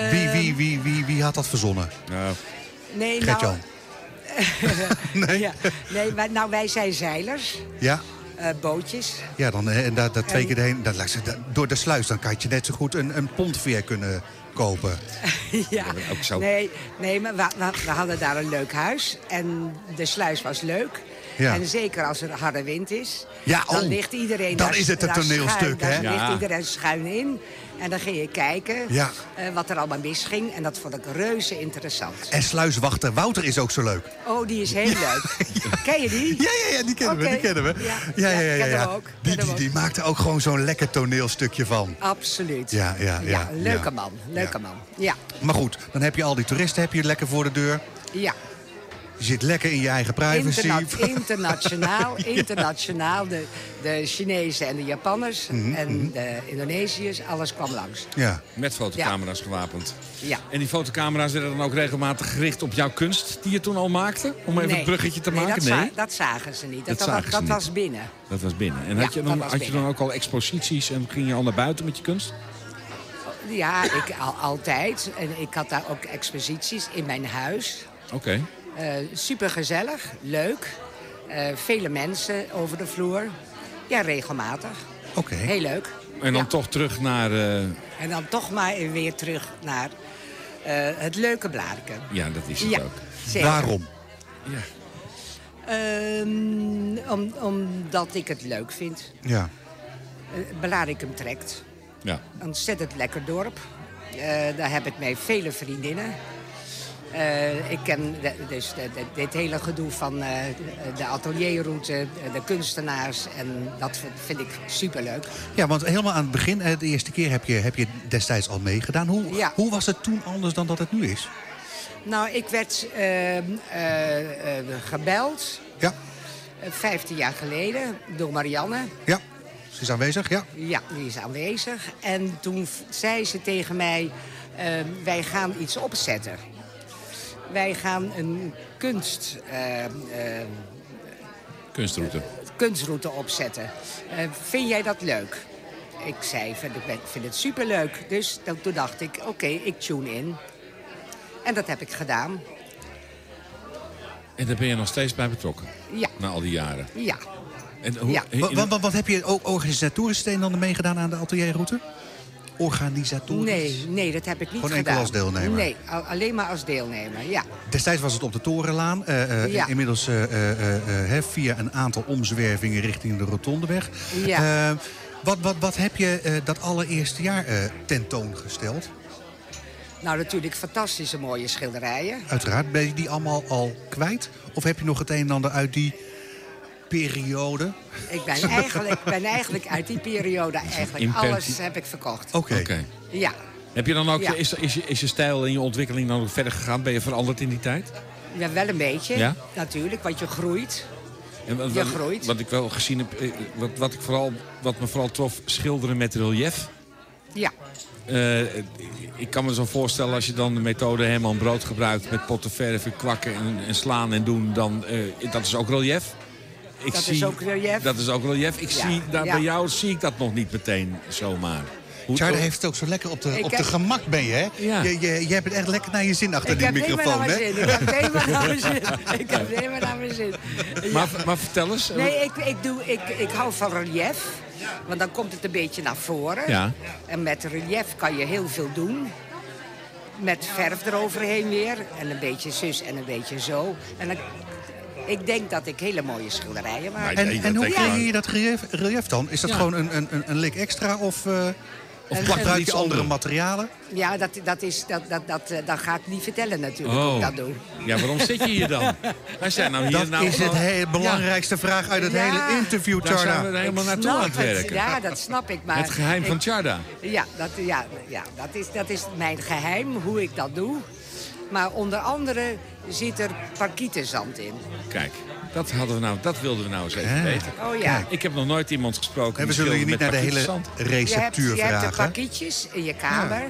[SPEAKER 9] Eh,
[SPEAKER 3] Wie, wie, wie, wie, wie had dat verzonnen?
[SPEAKER 4] Nou,
[SPEAKER 9] nee, nou,
[SPEAKER 3] Gert-Jan? nee?
[SPEAKER 9] ja, nee, wij- nou, wij zijn zeilers,
[SPEAKER 3] Ja?
[SPEAKER 9] eh, bootjes.
[SPEAKER 3] Ja, dan, eh, en daar, daar twee
[SPEAKER 9] Ehm.
[SPEAKER 3] keer heen. Dat, lijkt ze- dat- door de sluis, dan kan je net zo goed een, een pontveer kunnen kopen.
[SPEAKER 9] ja.
[SPEAKER 4] ook zo.
[SPEAKER 9] Nee, nee maar we, we- we hadden daar een leuk huis en de sluis was leuk.
[SPEAKER 3] Ja.
[SPEAKER 9] En zeker als er harde wind is,
[SPEAKER 3] Ja,
[SPEAKER 9] dan
[SPEAKER 3] oh,
[SPEAKER 9] ligt iedereen
[SPEAKER 3] dan
[SPEAKER 9] daar,
[SPEAKER 3] is het een
[SPEAKER 9] daar
[SPEAKER 3] toneelstuk,
[SPEAKER 9] schuin, daar
[SPEAKER 3] hè?
[SPEAKER 4] Ja.
[SPEAKER 9] ligt iedereen schuin in. En dan ging je kijken
[SPEAKER 3] Ja.
[SPEAKER 9] eh, wat er allemaal misging. En dat vond ik reuze interessant.
[SPEAKER 3] En sluiswachter Wouter is ook zo leuk.
[SPEAKER 9] Oh, die is heel leuk. Ken je die?
[SPEAKER 3] Ja, ja, ja, die kennen we, die
[SPEAKER 9] Oké.
[SPEAKER 3] kennen we.
[SPEAKER 9] Ja,
[SPEAKER 3] Ja, ja,
[SPEAKER 9] ja,
[SPEAKER 3] ja. ja,
[SPEAKER 9] kennen we ook,
[SPEAKER 3] Die,
[SPEAKER 9] kennen we
[SPEAKER 3] die,
[SPEAKER 9] ook.
[SPEAKER 3] die maakte ook gewoon zo'n lekker toneelstukje van.
[SPEAKER 9] Absoluut.
[SPEAKER 3] Ja, ja, ja,
[SPEAKER 9] een leuke
[SPEAKER 3] ja.
[SPEAKER 9] man, leuke
[SPEAKER 3] Ja.
[SPEAKER 9] man. Ja,
[SPEAKER 3] Maar goed, dan heb je al die toeristen heb je lekker voor de deur.
[SPEAKER 9] ja.
[SPEAKER 3] Je zit lekker in je eigen privacy.
[SPEAKER 9] Interna- internationaal, internationaal. De, de Chinezen en de Japanners
[SPEAKER 3] Mhm,
[SPEAKER 9] en de Indonesiërs, alles kwam langs.
[SPEAKER 3] Ja.
[SPEAKER 4] met fotocamera's gewapend.
[SPEAKER 9] Ja.
[SPEAKER 4] En die fotocamera's werden dan ook regelmatig gericht op jouw kunst die je toen al maakte? Om even
[SPEAKER 9] Nee.
[SPEAKER 4] het bruggetje te
[SPEAKER 9] Nee,
[SPEAKER 4] maken?
[SPEAKER 9] Dat, za-
[SPEAKER 4] nee,
[SPEAKER 9] dat zagen ze niet.
[SPEAKER 4] Dat
[SPEAKER 9] Dat, dat,
[SPEAKER 4] zagen ze
[SPEAKER 9] dat
[SPEAKER 4] niet.
[SPEAKER 9] was binnen.
[SPEAKER 4] dat was binnen. En
[SPEAKER 9] Ja,
[SPEAKER 4] had, je dan,
[SPEAKER 9] dat was
[SPEAKER 4] had je dan
[SPEAKER 9] binnen.
[SPEAKER 4] ook al exposities en ging je al naar buiten met je kunst?
[SPEAKER 9] Ja, ik al, altijd. En ik had daar ook exposities in mijn huis.
[SPEAKER 4] Oké.
[SPEAKER 9] super gezellig, eh, leuk. Eh, vele mensen over de vloer. Ja, regelmatig.
[SPEAKER 3] Oké.
[SPEAKER 9] Heel leuk.
[SPEAKER 4] En dan
[SPEAKER 9] Ja.
[SPEAKER 4] toch terug naar... eh,
[SPEAKER 9] En dan toch maar weer terug naar eh, het leuke Blaricum.
[SPEAKER 4] ja, dat is het
[SPEAKER 9] Ja,
[SPEAKER 4] ook.
[SPEAKER 9] zeker.
[SPEAKER 3] Waarom?
[SPEAKER 4] Ja.
[SPEAKER 9] Ehm, om, omdat ik het leuk vind.
[SPEAKER 3] Ja.
[SPEAKER 9] Eh, Blaricum trekt.
[SPEAKER 4] ja.
[SPEAKER 9] Een ontzettend lekker dorp. Eh, daar heb ik mee vele vriendinnen. Eh, ik ken de- dus de- de- dit hele gedoe van eh, de atelierroute, eh, de kunstenaars. En dat vind- vind ik superleuk.
[SPEAKER 3] ja, want helemaal aan het begin, eh, de eerste keer heb je, heb je destijds al meegedaan. Hoe,
[SPEAKER 9] Ja.
[SPEAKER 3] hoe was het toen anders dan dat het nu is?
[SPEAKER 9] Nou, ik werd ehm, eh, eh, gebeld
[SPEAKER 3] Ja,
[SPEAKER 9] eh, 15 jaar geleden door Marianne.
[SPEAKER 3] ja. Ze is aanwezig, ja.
[SPEAKER 9] Ja, die is aanwezig. En toen v- zei ze tegen mij, ehm, wij gaan iets opzetten. Wij gaan een kunst, ehm, ehm,
[SPEAKER 4] Kunstroute.
[SPEAKER 9] kunstroute opzetten. Eh, vind jij dat leuk? Ik zei, van, ik ben- vind het superleuk. Dus dan- toen dacht ik, oké, ik tune in. En dat heb ik gedaan.
[SPEAKER 4] En daar ben je nog steeds bij betrokken?
[SPEAKER 9] Ja.
[SPEAKER 4] Na al die jaren.
[SPEAKER 9] Ja.
[SPEAKER 4] En hoe,
[SPEAKER 9] Ja.
[SPEAKER 4] in-
[SPEAKER 3] Wat, wat, wat heb je ook organisatorisch het een en ander meegedaan aan de atelierroute? Organisatorisch?
[SPEAKER 9] Nee, nee, dat heb ik niet
[SPEAKER 3] Gewoon enkel
[SPEAKER 9] gedaan.
[SPEAKER 3] als deelnemer?
[SPEAKER 9] Nee, al- alleen maar als deelnemer, ja.
[SPEAKER 3] Destijds was het op de Torenlaan. eh, eh,
[SPEAKER 9] Ja.
[SPEAKER 3] Inmiddels eh, eh, eh, eh, hè, via een aantal omzwervingen richting de Rotondeweg.
[SPEAKER 9] Ja.
[SPEAKER 3] Eh, wat, wat, wat heb je eh, dat allereerste jaar eh, tentoongesteld?
[SPEAKER 9] Nou, natuurlijk fantastische mooie schilderijen.
[SPEAKER 3] Uiteraard, ben je die allemaal al kwijt? Of heb je nog het een en ander uit die periode? Oké.
[SPEAKER 9] Ik ben eigenlijk, ben eigenlijk uit die periode eigenlijk
[SPEAKER 4] imperti-
[SPEAKER 9] alles heb ik verkocht.
[SPEAKER 4] Oké.
[SPEAKER 9] Ja,
[SPEAKER 4] Heb je dan ook,
[SPEAKER 9] Ja.
[SPEAKER 4] is, is, je- is je stijl en je ontwikkeling dan ook verder gegaan? Ben je veranderd in die tijd?
[SPEAKER 9] ja, wel een beetje,
[SPEAKER 4] Ja?
[SPEAKER 9] natuurlijk, want je groeit.
[SPEAKER 4] En wat,
[SPEAKER 9] Je
[SPEAKER 4] wat-
[SPEAKER 9] groeit.
[SPEAKER 4] Wat ik wel gezien heb, eh, wat, wat, ik vooral, wat me vooral trof, schilderen met relief.
[SPEAKER 9] Ja,
[SPEAKER 4] Eh, ik kan me zo voorstellen als je dan de methode Herman Brood gebruikt... met potten verven, kwakken en, en slaan en doen, dan, eh, dat is ook relief. Ik
[SPEAKER 9] Dat is ook relief.
[SPEAKER 4] Dat is ook relief. Ik
[SPEAKER 9] Ja,
[SPEAKER 4] zie, daar,
[SPEAKER 9] ja.
[SPEAKER 4] Bij jou zie ik dat nog niet meteen zomaar. Hoe-
[SPEAKER 3] Tjarda heeft het ook zo lekker op de,
[SPEAKER 9] Ik
[SPEAKER 3] op
[SPEAKER 9] heb-
[SPEAKER 3] de gemak ben je, hè?
[SPEAKER 4] Ja.
[SPEAKER 3] Je, je, je hebt het echt lekker naar je zin achter
[SPEAKER 9] ik
[SPEAKER 3] die
[SPEAKER 9] heb helemaal naar
[SPEAKER 3] microfoon,
[SPEAKER 9] mijn
[SPEAKER 3] hè?
[SPEAKER 9] zin. Ik heb helemaal naar mijn zin. Ik heb helemaal naar mijn zin. Ja.
[SPEAKER 4] maar, maar vertel eens. eh,
[SPEAKER 9] Nee, ik, ik, doe, ik, ik hou van relief. Want dan komt het een beetje naar voren.
[SPEAKER 4] Ja.
[SPEAKER 9] En met relief kan je heel veel doen. Met verf eroverheen weer. En een beetje zus en een beetje zo. En dan, ik denk dat ik hele mooie schilderijen maak.
[SPEAKER 4] Nee,
[SPEAKER 3] En,
[SPEAKER 4] dat
[SPEAKER 3] en hoe
[SPEAKER 4] denk ik
[SPEAKER 3] creëer
[SPEAKER 4] wel.
[SPEAKER 3] je dat relief, relief dan? Is dat
[SPEAKER 4] Ja.
[SPEAKER 3] gewoon een, een, een- een lik extra of, eh of
[SPEAKER 9] en
[SPEAKER 3] gebruik
[SPEAKER 4] iets
[SPEAKER 3] je andere
[SPEAKER 4] andere.
[SPEAKER 3] materialen?
[SPEAKER 9] Ja, dat, dat, is, dat, dat, dat, eh, dat ga ik niet vertellen natuurlijk hoe ik
[SPEAKER 3] Oh.
[SPEAKER 9] dat doe.
[SPEAKER 4] Oh. Ja, waarom zit je hier dan? Wij zijn nou hier
[SPEAKER 3] dat
[SPEAKER 4] nou
[SPEAKER 3] is het
[SPEAKER 4] gewoon-
[SPEAKER 3] he- belangrijkste vraag uit het
[SPEAKER 9] Ja.
[SPEAKER 3] hele interview,
[SPEAKER 4] Daar zijn
[SPEAKER 3] Tjarda.
[SPEAKER 4] we er helemaal
[SPEAKER 9] Ik
[SPEAKER 4] naartoe aan
[SPEAKER 9] snap
[SPEAKER 4] het werken.
[SPEAKER 9] Ja, dat snap ik. Maar
[SPEAKER 4] het geheim
[SPEAKER 9] ik-
[SPEAKER 4] van Tjarda.
[SPEAKER 9] Ja, dat, ja, ja dat, is, dat is mijn geheim, hoe ik dat doe. Maar onder andere zit er parkietenzand in.
[SPEAKER 4] Kijk, Dat, hadden we nou, dat wilden we nou eens even
[SPEAKER 3] Hè?
[SPEAKER 4] weten.
[SPEAKER 9] Oh ja. Kijk.
[SPEAKER 4] Ik heb nog nooit iemand gesproken.
[SPEAKER 3] En we
[SPEAKER 4] die
[SPEAKER 3] zullen je
[SPEAKER 4] speelde
[SPEAKER 3] niet naar
[SPEAKER 4] met
[SPEAKER 3] de hele
[SPEAKER 4] Pakistan.
[SPEAKER 9] Je hebt,
[SPEAKER 3] receptuur
[SPEAKER 9] je hebt de
[SPEAKER 3] vragen.
[SPEAKER 9] pakketjes in je kamer,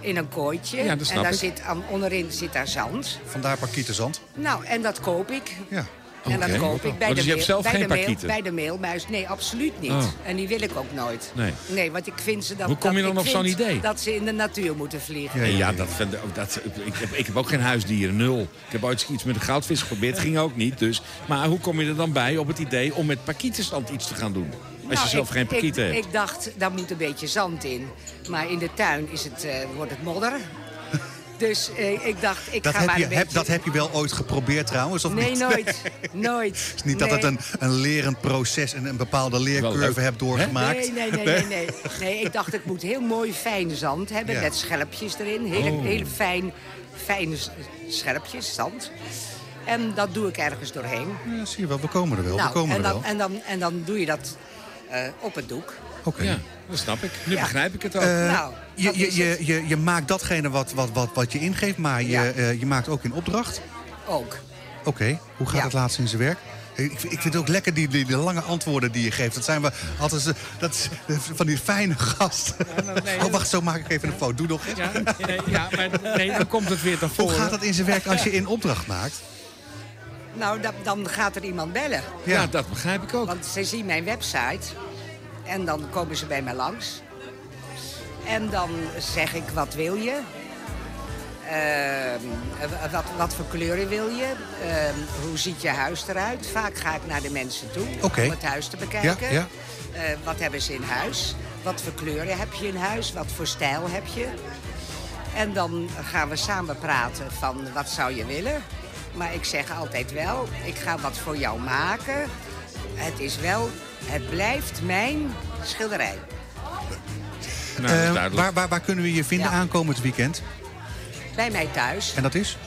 [SPEAKER 9] in een kooitje.
[SPEAKER 3] Ja, dat
[SPEAKER 9] en
[SPEAKER 3] snap
[SPEAKER 9] daar
[SPEAKER 3] ik.
[SPEAKER 9] zit, aan- onderin zit daar zand.
[SPEAKER 3] Vandaar parkietenzand.
[SPEAKER 9] Nou, en dat koop ik.
[SPEAKER 3] Ja.
[SPEAKER 9] En dat
[SPEAKER 4] Oké.
[SPEAKER 9] koop ik bij
[SPEAKER 4] Oh, dus
[SPEAKER 9] de
[SPEAKER 4] je hebt zelf
[SPEAKER 9] mail- bij
[SPEAKER 4] geen
[SPEAKER 9] de mail,
[SPEAKER 4] parkieten?
[SPEAKER 9] bij de mailmuis. Nee, absoluut niet.
[SPEAKER 4] Oh.
[SPEAKER 9] En die wil ik ook nooit.
[SPEAKER 4] Nee.
[SPEAKER 9] want ik vind ze dat.
[SPEAKER 4] Hoe kom je
[SPEAKER 9] dat
[SPEAKER 4] dan
[SPEAKER 9] ik
[SPEAKER 4] op zo'n
[SPEAKER 9] vind
[SPEAKER 4] idee?
[SPEAKER 9] Dat ze in de natuur moeten vliegen.
[SPEAKER 4] Ja, dat, vind- ook dat, ik, heb, ik heb ook geen huisdieren, nul. Ik heb ooit iets met een goudvis geprobeerd, ging ook niet. Dus. Maar hoe kom je er dan bij op het idee om met pakietenstand iets te gaan doen? Als
[SPEAKER 9] Nou,
[SPEAKER 4] je zelf
[SPEAKER 9] ik-
[SPEAKER 4] geen pakieten
[SPEAKER 9] ik,
[SPEAKER 4] hebt.
[SPEAKER 9] Ik dacht, daar moet een beetje zand in. Maar in de tuin is het, eh, wordt het modder. Dus eh, ik dacht, ik
[SPEAKER 3] Dat
[SPEAKER 9] ga
[SPEAKER 3] heb,
[SPEAKER 9] maar
[SPEAKER 3] je,
[SPEAKER 9] een beetje...
[SPEAKER 3] heb, dat heb je wel ooit geprobeerd trouwens, of
[SPEAKER 9] Nee,
[SPEAKER 3] niet?
[SPEAKER 9] nooit. Nooit.
[SPEAKER 3] Het is niet dat het een, een lerend proces en een bepaalde
[SPEAKER 4] leuk.
[SPEAKER 3] leercurve hebt doorgemaakt.
[SPEAKER 9] Nee, nee, nee, nee, nee. Nee, ik dacht, ik moet heel mooi fijn zand hebben.
[SPEAKER 3] Ja.
[SPEAKER 9] Met schelpjes erin. Hele,
[SPEAKER 4] Oh.
[SPEAKER 9] hele fijn, fijne s- schelpjes, zand. En dat doe ik ergens doorheen. Nou,
[SPEAKER 3] Ja, Eh, zie je wel, we komen er wel. we komen
[SPEAKER 9] en,
[SPEAKER 3] er wel.
[SPEAKER 9] dan, en, dan, en dan doe je dat eh, op het doek.
[SPEAKER 3] Oké.
[SPEAKER 4] Ja, dat snap ik. Nu
[SPEAKER 9] Ja.
[SPEAKER 4] begrijp ik het ook.
[SPEAKER 3] Eh,
[SPEAKER 9] Nou,
[SPEAKER 3] je,
[SPEAKER 9] dat
[SPEAKER 3] je,
[SPEAKER 9] is
[SPEAKER 3] je,
[SPEAKER 9] het.
[SPEAKER 3] je, je maakt datgene wat, wat, wat, wat je ingeeft, maar je,
[SPEAKER 9] Ja.
[SPEAKER 3] eh, je maakt ook in opdracht.
[SPEAKER 9] Ook.
[SPEAKER 3] Oké, hoe gaat
[SPEAKER 9] Ja.
[SPEAKER 3] het laatst in zijn werk? Ik, ik vind het ook lekker die, die, die lange antwoorden die je geeft. Dat zijn we altijd eh, dat is, eh, van die fijne gasten. oh, wacht, zo maak ik even een foto. Doe nog eens.
[SPEAKER 4] ja, nee, ja, maar nee, dan komt het weer naar
[SPEAKER 3] Hoe
[SPEAKER 4] voren.
[SPEAKER 3] gaat dat in zijn werk als je in opdracht maakt?
[SPEAKER 9] Nou, dat- dan gaat er iemand bellen.
[SPEAKER 4] Ja. dat begrijp ik ook.
[SPEAKER 9] Want ze zien mijn website en dan komen ze bij mij langs. En dan zeg ik, wat wil je? Ehm, eh, wat, wat voor kleuren wil je? Ehm, hoe ziet je huis eruit? Vaak ga ik naar de mensen toe
[SPEAKER 3] Oké.
[SPEAKER 9] om het huis te bekijken.
[SPEAKER 3] ja.
[SPEAKER 9] Eh, wat hebben ze in huis? Wat voor kleuren heb je in huis? Wat voor stijl heb je? En dan gaan we samen praten van wat zou je willen. Maar eh, ik zeg altijd wel, ik ga wat voor jou maken. Het is wel, het blijft mijn schilderij.
[SPEAKER 4] Nou, dat is
[SPEAKER 3] Eh,
[SPEAKER 4] duidelijk.
[SPEAKER 3] waar, waar, waar kunnen we je vinden
[SPEAKER 9] Ja.
[SPEAKER 3] aankomend weekend?
[SPEAKER 9] Bij mij thuis,
[SPEAKER 3] En dat is?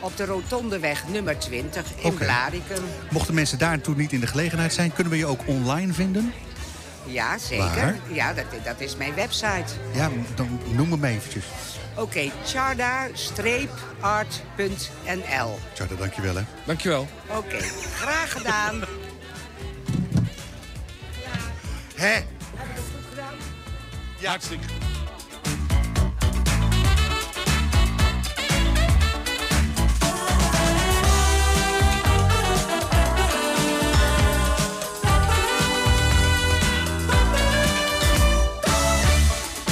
[SPEAKER 9] op de Rotondeweg nummer 20 in
[SPEAKER 3] Oké.
[SPEAKER 9] Blaricum.
[SPEAKER 3] Mochten mensen daartoe niet in de gelegenheid zijn, kunnen we je ook online vinden?
[SPEAKER 9] Ja, zeker.
[SPEAKER 3] Waar?
[SPEAKER 9] Ja, dat, dat is mijn website.
[SPEAKER 3] Ja, dan noem hem eventjes.
[SPEAKER 9] Oké, charda-art.nl.
[SPEAKER 3] Charter, dankjewel hè.
[SPEAKER 4] Dankjewel.
[SPEAKER 9] Oké, graag gedaan.
[SPEAKER 3] Hè?
[SPEAKER 4] Ja. Hartstikke.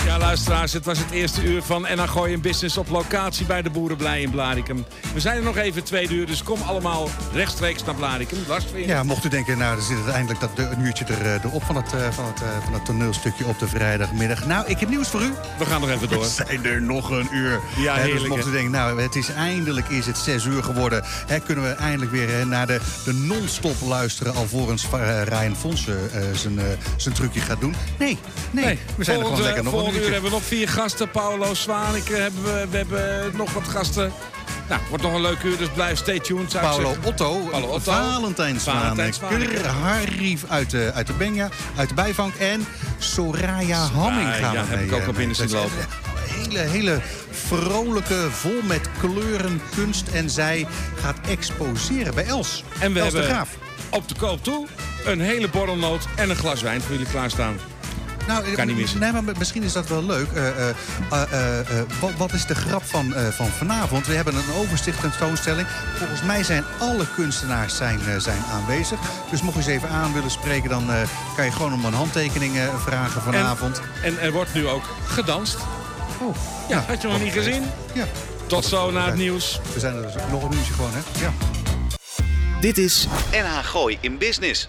[SPEAKER 4] Ja, Luisteraars, het was het eerste uur van NH Gooi in Business op locatie bij de Boerenblij in Blarikum. We zijn er nog even twee uur, dus kom allemaal rechtstreeks naar Blarikum. Last weer.
[SPEAKER 3] Ja, mocht u denken, nou, dan zit het eindelijk dat de, een uurtje er, eh, erop van het, eh, van, het, eh, van het toneelstukje op de vrijdagmiddag. Nou, ik heb nieuws voor u.
[SPEAKER 4] We gaan nog even door.
[SPEAKER 3] We zijn er nog een uur.
[SPEAKER 4] Ja,
[SPEAKER 3] Hè,
[SPEAKER 4] heerlijk,
[SPEAKER 3] Dus mocht u
[SPEAKER 4] hè?
[SPEAKER 3] denken, nou, het is eindelijk is het zes uur geworden. Hè, kunnen we eindelijk weer hè, naar de, de non-stop luisteren... alvorens eh, Ryan Fonsen eh, zijn, eh, zijn trucje gaat doen? Nee, nee. we zijn er gewoon
[SPEAKER 4] volgende,
[SPEAKER 3] lekker nog een
[SPEAKER 4] volgende uur
[SPEAKER 3] uurtje.
[SPEAKER 4] hebben we nog vier gasten. Paolo Zwanik eh, hebben we, we hebben nog wat gasten. Nou, wordt nog een leuk uur, dus blijf stay tuned. Zou ik
[SPEAKER 3] Paolo
[SPEAKER 4] zeggen.
[SPEAKER 3] Otto,
[SPEAKER 4] Paolo Otto.
[SPEAKER 3] Valentijnsmanen,
[SPEAKER 4] Valentijnsmanen.
[SPEAKER 3] Harrief uit de, uit de Benja, uit de bijvang en Soraya Hamming gaan
[SPEAKER 4] ja,
[SPEAKER 3] we
[SPEAKER 4] heb
[SPEAKER 3] mee,
[SPEAKER 4] ik ook
[SPEAKER 3] eh,
[SPEAKER 4] al binnen
[SPEAKER 3] mee.
[SPEAKER 4] zien
[SPEAKER 3] Dat is
[SPEAKER 4] lopen.
[SPEAKER 3] echt Hele, hele vrolijke, vol met kleuren kunst. En zij gaat exposeren bij Els.
[SPEAKER 4] En we
[SPEAKER 3] Els
[SPEAKER 4] hebben
[SPEAKER 3] de Graaf.
[SPEAKER 4] op de koop toe een hele borrelnoot en een glas wijn voor jullie klaarstaan.
[SPEAKER 3] Nou, eh,
[SPEAKER 4] Kan niet missen.
[SPEAKER 3] Nee, maar misschien is dat wel leuk. Eh, eh, eh, eh, eh, wat, wat is de grap van, eh, van vanavond? We hebben een overzicht tentoonstelling. Volgens mij zijn alle kunstenaars zijn, eh, zijn aanwezig. Dus mocht je eens even aan willen spreken... dan eh, kan je gewoon om een handtekening eh, vragen
[SPEAKER 4] En-
[SPEAKER 3] vanavond.
[SPEAKER 4] En er wordt nu ook gedanst.
[SPEAKER 3] Oh,
[SPEAKER 4] Ja, had je nog niet gezien?
[SPEAKER 3] Ja.
[SPEAKER 4] Tot zo na het nieuws.
[SPEAKER 3] We zijn er dus nog een uurtje gewoon, hè? Ja.
[SPEAKER 1] Dit is NH Gooi in Business.